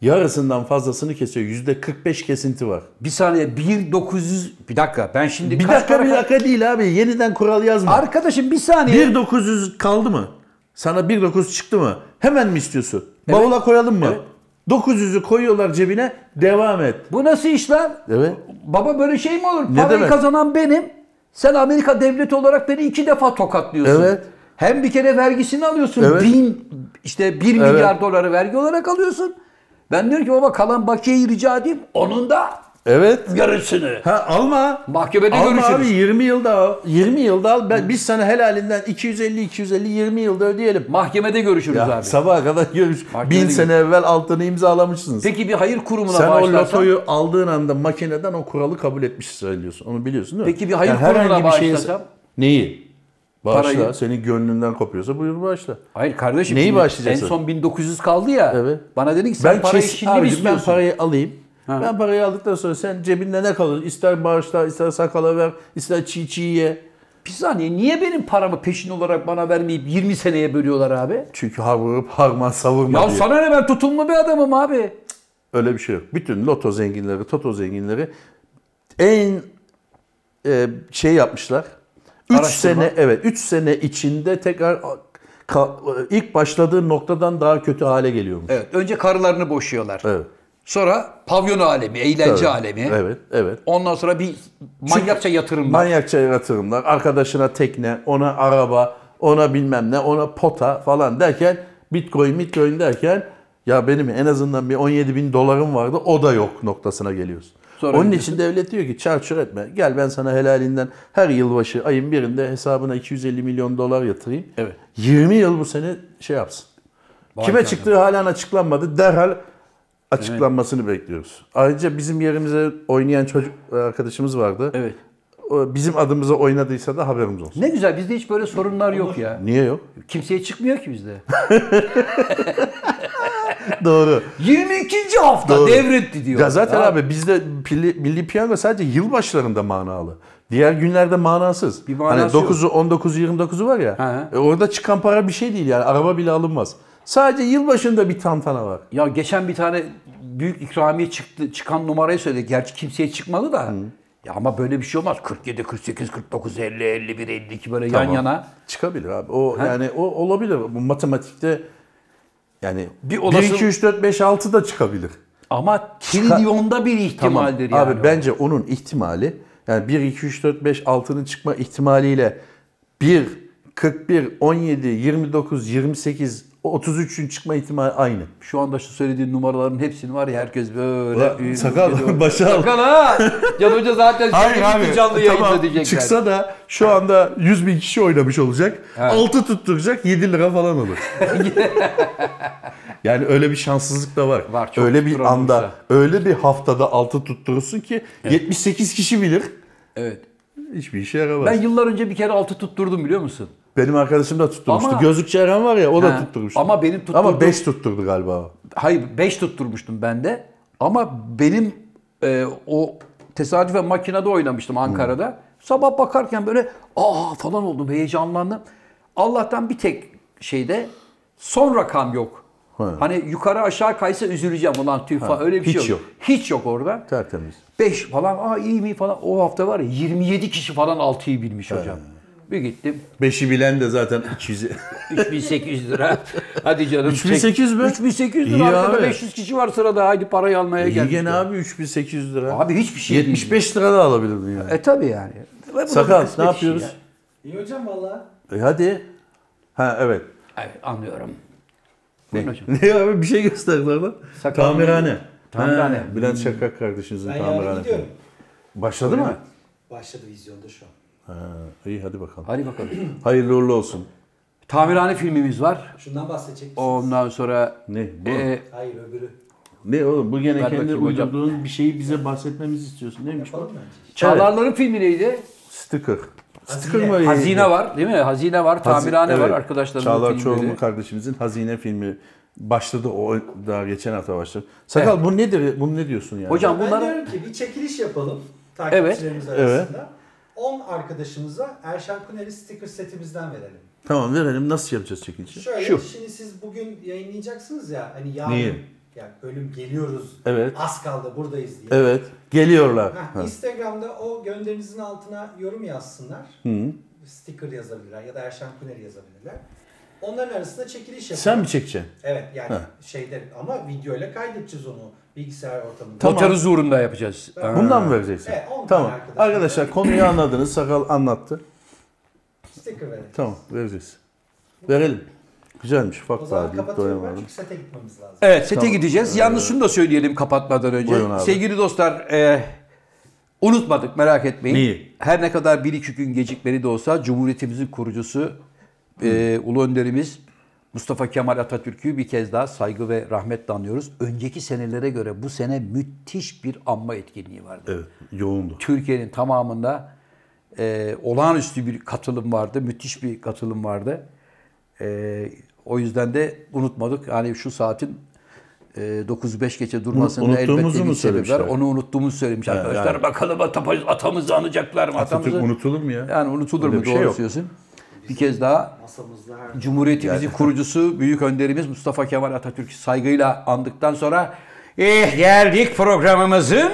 Speaker 2: Yarısından fazlasını kesiyor. %45 kesinti var.
Speaker 1: Bir saniye 1900 bir dakika ben şimdi
Speaker 2: Bir
Speaker 1: E, kaç
Speaker 2: dakika
Speaker 1: para-
Speaker 2: bir dakika değil abi. Yeniden kural yazma.
Speaker 1: Arkadaşım bir saniye.
Speaker 2: 1900 kaldı mı? Sana 1.9 çıktı mı? Hemen mi istiyorsun? Bavula koyalım mı? 900'ü koyuyorlar cebine. Devam et.
Speaker 1: Bu nasıl iş lan?
Speaker 2: Evet.
Speaker 1: Baba böyle şey mi olur?
Speaker 2: Ne
Speaker 1: Parayı
Speaker 2: demek?
Speaker 1: kazanan benim. Sen Amerika devleti olarak beni iki defa tokatlıyorsun.
Speaker 2: Evet.
Speaker 1: Hem bir kere vergisini alıyorsun.
Speaker 2: Evet.
Speaker 1: Bin, işte bir milyar doları vergi olarak alıyorsun. Ben diyorum ki baba kalan bakiyeyi rica edeyim. Onun da
Speaker 2: Evet.
Speaker 1: yarısını.
Speaker 2: Ha alma.
Speaker 1: Mahkemede
Speaker 2: alma
Speaker 1: görüşürüz.
Speaker 2: abi 20 yılda al. 20 yılda al. Ben, biz sana helalinden 250 250 20 yılda ödeyelim.
Speaker 1: Mahkemede görüşürüz
Speaker 2: Ya,
Speaker 1: abi.
Speaker 2: sabaha kadar görüş.
Speaker 1: Mahkemede
Speaker 2: Bin
Speaker 1: görüş.
Speaker 2: sene evvel altını imzalamışsınız.
Speaker 1: Peki bir hayır kurumuna
Speaker 2: Sen o
Speaker 1: bağışlarsan.
Speaker 2: lotoyu aldığın anda makineden o kuralı kabul etmiş söylüyorsun. Onu biliyorsun değil mi?
Speaker 1: Peki bir hayır
Speaker 2: herhangi
Speaker 1: kurumuna
Speaker 2: bir şeye-
Speaker 1: bağışlasam?
Speaker 2: Neyi? Bağışla.
Speaker 1: Parayı.
Speaker 2: Senin gönlünden kopuyorsa buyur bağışla.
Speaker 1: Hayır kardeşim.
Speaker 2: Neyi
Speaker 1: şimdi
Speaker 2: başlayacaksın?
Speaker 1: En son 1900 kaldı ya.
Speaker 2: Evet.
Speaker 1: Bana dedin ki sen parayı
Speaker 2: kes-
Speaker 1: şimdi mi
Speaker 2: abicim ben
Speaker 1: istiyorsun?
Speaker 2: parayı alayım. Ben parayı aldıktan sonra sen cebinde ne kalır? İster bağışla, ister sakala ver, ister çiğ çiğ ye.
Speaker 1: Bir saniye niye benim paramı peşin olarak bana vermeyip 20 seneye bölüyorlar abi?
Speaker 2: Çünkü havurup harman savurma
Speaker 1: Ya
Speaker 2: diye.
Speaker 1: sana ne ben tutumlu bir adamım abi.
Speaker 2: Öyle bir şey yok. Bütün loto zenginleri, toto zenginleri en e, şey yapmışlar. 3
Speaker 1: Araştırma.
Speaker 2: sene evet 3 sene içinde tekrar ka- ilk başladığı noktadan daha kötü hale geliyormuş.
Speaker 1: Evet önce karılarını boşuyorlar.
Speaker 2: Evet.
Speaker 1: Sonra pavyon alemi, eğlence
Speaker 2: Evet.
Speaker 1: alemi.
Speaker 2: Evet, evet.
Speaker 1: Ondan sonra bir manyakça yatırımlar.
Speaker 2: Manyakça yatırımlar, arkadaşına tekne, ona araba, ona bilmem ne, ona pota falan derken bitcoin, bitcoin derken ya benim en azından bir 17 bin dolarım vardı o da yok noktasına geliyorsun.
Speaker 1: Sonra
Speaker 2: Onun
Speaker 1: gidiyorsun.
Speaker 2: için devlet diyor ki çarçur etme. Gel ben sana helalinden her yılbaşı ayın birinde hesabına 250 milyon dolar yatırayım.
Speaker 1: Evet.
Speaker 2: 20 yıl bu sene şey yapsın.
Speaker 1: Vay
Speaker 2: Kime
Speaker 1: canına.
Speaker 2: çıktığı halen açıklanmadı. Derhal açıklanmasını bekliyoruz. Ayrıca bizim yerimize oynayan çocuk e, arkadaşımız vardı.
Speaker 1: Evet.
Speaker 2: O Bizim adımıza oynadıysa da haberimiz olsun.
Speaker 1: Ne güzel bizde hiç böyle sorunlar yok ya.
Speaker 2: Niye yok?
Speaker 1: Kimseye çıkmıyor ki bizde.
Speaker 2: Doğru.
Speaker 1: 22. hafta
Speaker 2: Doğru.
Speaker 1: devretti diyor.
Speaker 2: Ya zaten abi bizde pilli- milli piyango sadece yılbaşlarında manalı. Diğer günlerde manasız.
Speaker 1: Bir manası
Speaker 2: hani 9'u, 19'u, 29'u var ya.
Speaker 1: Ha.
Speaker 2: e, orada çıkan para bir şey değil yani. Araba bile alınmaz. Sadece yılbaşında bir tantana var.
Speaker 1: Ya geçen bir tane büyük ikramiye çıktı, çıkan numarayı söyledi. Gerçi kimseye çıkmadı da. Ya ama böyle bir şey olmaz. 47, 48, 49, 50, 51, 52 böyle yan
Speaker 2: Tamam.
Speaker 1: yana.
Speaker 2: Çıkabilir abi. O yani o olabilir. Bu matematikte yani
Speaker 1: Bir
Speaker 2: bir
Speaker 1: olası-
Speaker 2: 1 2 3 4 5 6 da çıkabilir.
Speaker 1: Ama trilyonda bir ihtimaldir
Speaker 2: Tamam.
Speaker 1: yani.
Speaker 2: Abi bence onun ihtimali yani 1 2 3 4 5 6'nın çıkma ihtimaliyle 1 41 17 29 28 33'ün çıkma ihtimali aynı.
Speaker 1: Şu anda şu söylediğin numaraların hepsini var ya herkes böyle...
Speaker 2: Ulan
Speaker 1: Ü-
Speaker 2: sakal,
Speaker 1: gidiyor.
Speaker 2: başa al.
Speaker 1: Sakal ha! Can Hoca zaten
Speaker 2: Hayır
Speaker 1: şimdi
Speaker 2: abi.
Speaker 1: canlı yayında
Speaker 2: tamam,
Speaker 1: diyecekler.
Speaker 2: çıksa da şu anda 100 bin kişi oynamış olacak. altı 6 tutturacak 7 lira falan olur. yani öyle bir şanssızlık da var.
Speaker 1: Var, çok
Speaker 2: öyle bir
Speaker 1: tutturan
Speaker 2: anda,
Speaker 1: olursa.
Speaker 2: öyle bir haftada 6 tutturursun ki 78 kişi bilir.
Speaker 1: Evet.
Speaker 2: Hiçbir işe yaramaz.
Speaker 1: Ben yıllar önce bir kere altı tutturdum biliyor musun?
Speaker 2: Benim arkadaşım da tutturmuştu.
Speaker 1: Ama-
Speaker 2: Gözlük Ceren var ya o da
Speaker 1: He.
Speaker 2: tutturmuştu.
Speaker 1: Ama benim tutturduğum-
Speaker 2: Ama 5 tutturdu galiba.
Speaker 1: Hayır 5 tutturmuştum ben de. Ama benim e, o tesadüfen makinede oynamıştım Ankara'da. Sabah bakarken böyle aa falan oldum heyecanlandım. Allah'tan bir tek şeyde son rakam yok.
Speaker 2: He.
Speaker 1: Hani yukarı aşağı kaysa üzüleceğim ulan tüh falan öyle bir şey
Speaker 2: hiç yok.
Speaker 1: yok. Hiç yok orada.
Speaker 2: Tertemiz.
Speaker 1: 5 falan aa iyi mi falan o hafta var ya 27 kişi falan 6'yı bilmiş hocam. Bir gittim
Speaker 2: 5'i bilen de zaten 200.
Speaker 1: 3800 lira. Hadi canım.
Speaker 2: 3800
Speaker 1: çek.
Speaker 2: mü?
Speaker 1: 3800
Speaker 2: İyi
Speaker 1: lira. Arkada
Speaker 2: abi.
Speaker 1: 500 kişi var sırada. Haydi parayı almaya
Speaker 2: İyi
Speaker 1: gel.
Speaker 2: gene abi 3800 lira.
Speaker 1: E, Abi hiçbir şey değil.
Speaker 2: 75 lira da alabilirdin yani.
Speaker 1: E tabi yani. Ve bu da bir
Speaker 2: Sakal
Speaker 1: kısmet
Speaker 2: ne
Speaker 1: işi
Speaker 2: yapıyoruz?
Speaker 1: ya.
Speaker 3: İyi hocam valla.
Speaker 2: E hadi. Ha evet.
Speaker 1: Evet anlıyorum. Buyurun hocam.
Speaker 2: ne abi bir şey gösterdiler lan.
Speaker 1: Sakal-
Speaker 2: Tamirhane.
Speaker 1: Tamirhane.
Speaker 2: Ha, Bülent Şakak kardeşinizin
Speaker 3: Ben yarın
Speaker 2: tamirhane.
Speaker 3: gidiyorum.
Speaker 2: Başladı mı?
Speaker 3: Başladı vizyonda şu an.
Speaker 2: Ha, iyi hadi bakalım.
Speaker 1: Hadi bakalım.
Speaker 2: Hayırlı uğurlu olsun.
Speaker 1: Tamirhane filmimiz var.
Speaker 3: Şundan bahsedecek misiniz?
Speaker 1: Ondan sonra
Speaker 2: Ne? Bu?
Speaker 1: e,
Speaker 3: Hayır öbürü.
Speaker 2: ne oğlum? Bu gene
Speaker 1: Ver
Speaker 2: kendi
Speaker 1: bakayım hocam.
Speaker 2: uydurduğun bir şeyi bize bahsetmemizi istiyorsun neymiş bu?
Speaker 3: Yapalım mı önce?
Speaker 1: Çağlarların filmi neydi?
Speaker 2: Sticker.
Speaker 3: Hazine.
Speaker 2: Sticker mı?
Speaker 1: Hazine var değil mi? Hazine var,
Speaker 2: Hazi-
Speaker 1: tamirhane var
Speaker 2: Şey, e, evet.
Speaker 1: arkadaşlarımın
Speaker 2: Çağlar
Speaker 1: filmleri.
Speaker 2: Çorumlu kardeşimizin Hazine filmi başladı o daha geçen hafta başladı. Sakal bu nedir? Bunu ne diyorsun yani?
Speaker 1: Hocam
Speaker 3: Ben
Speaker 1: bunlara
Speaker 3: diyorum ki bir çekiliş yapalım takipçilerimiz arasında. 10 arkadaşımıza Erşan Kuneri sticker setimizden verelim.
Speaker 2: Tamam verelim nasıl yapacağız çekilişi?
Speaker 3: Şöyle
Speaker 1: Şu.
Speaker 3: şimdi siz bugün yayınlayacaksınız ya hani yarın
Speaker 2: Niye?
Speaker 3: yani bölüm geliyoruz.
Speaker 2: Evet.
Speaker 3: Az kaldı buradayız diye.
Speaker 2: Evet geliyorlar.
Speaker 3: Heh,
Speaker 2: Ha.
Speaker 3: Instagram'da o gönderinizin altına yorum yazsınlar. Sticker yazabilirler ya da Erşan Kuneri yazabilirler. Onların arasında çekiliş yapalım.
Speaker 2: Sen mi çekeceksin?
Speaker 3: Evet yani
Speaker 2: Heh.
Speaker 3: şeyde ama videoyla kaydedeceğiz onu bilgisayar ortamında.
Speaker 2: Tamam.
Speaker 1: Kotarız uğrunda yapacağız. Aa.
Speaker 2: Bundan mı vereceksin?
Speaker 3: Evet, on
Speaker 2: tamam.
Speaker 3: tane arkadaş.
Speaker 2: Arkadaşlar konuyu anladınız. Sakal anlattı.
Speaker 3: Sticker verelim.
Speaker 2: Tamam vereceğiz. Verelim. Güzelmiş.
Speaker 3: O
Speaker 2: Ufak
Speaker 3: zaman
Speaker 2: daha
Speaker 3: kapatıyorum ben
Speaker 2: doyamadım.
Speaker 3: çünkü sete gitmemiz lazım.
Speaker 1: Evet sete gideceğiz. Yalnız şunu da söyleyelim kapatmadan önce.
Speaker 2: Ee, Buyurun abi.
Speaker 1: Sevgili dostlar e, unutmadık merak etmeyin.
Speaker 2: Neyi?
Speaker 1: Her ne kadar bir iki gün gecikmeli de olsa Cumhuriyetimizin kurucusu e, Ulu Önderimiz Mustafa Kemal Atatürk'ü bir kez daha saygı ve rahmetle anıyoruz. Önceki senelere göre bu sene müthiş bir anma etkinliği vardı.
Speaker 2: Evet yoğundu.
Speaker 1: Türkiye'nin tamamında e, olağanüstü bir katılım vardı. Müthiş bir katılım vardı. E, o yüzden de unutmadık. Yani şu saatin e, 9-5 geçe durmasının
Speaker 2: Unut-
Speaker 1: elbette
Speaker 2: unuttuğumuzu
Speaker 1: bir
Speaker 2: mu
Speaker 1: sebebi var.
Speaker 2: söylemişler?
Speaker 1: Onu unuttuğumuzu söylemiş arkadaşlar.
Speaker 2: yani.
Speaker 1: Bakalım atapa- atamızı anacaklar mı?
Speaker 2: Atatürk
Speaker 1: Atamızı-
Speaker 2: unutulur mu ya?
Speaker 1: Yani unutulur
Speaker 2: Öyle
Speaker 1: mu?
Speaker 2: bir şey
Speaker 1: Doğru
Speaker 2: yok.
Speaker 1: söylüyorsun. Bir kez daha
Speaker 3: Masamızda her
Speaker 1: Cumhuriyetimizin kurucusu, büyük önderimiz Mustafa Kemal Atatürk'ü saygıyla andıktan sonra eh, geldik programımızın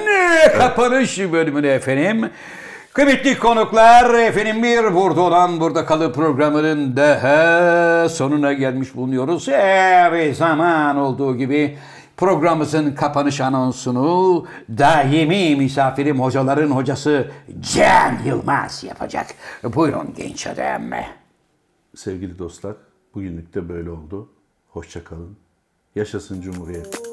Speaker 1: eh, kapanış bölümüne efendim. Kıymetli konuklar efendim bir burada olan burada kalı programının daha sonuna gelmiş bulunuyoruz. Her zaman olduğu gibi programımızın kapanış anonsunu daimi misafirim hocaların hocası Can Yılmaz yapacak. Buyurun genç adam.
Speaker 2: Sevgili dostlar bugünlük de böyle oldu. Hoşça kalın. Yaşasın Cumhuriyet.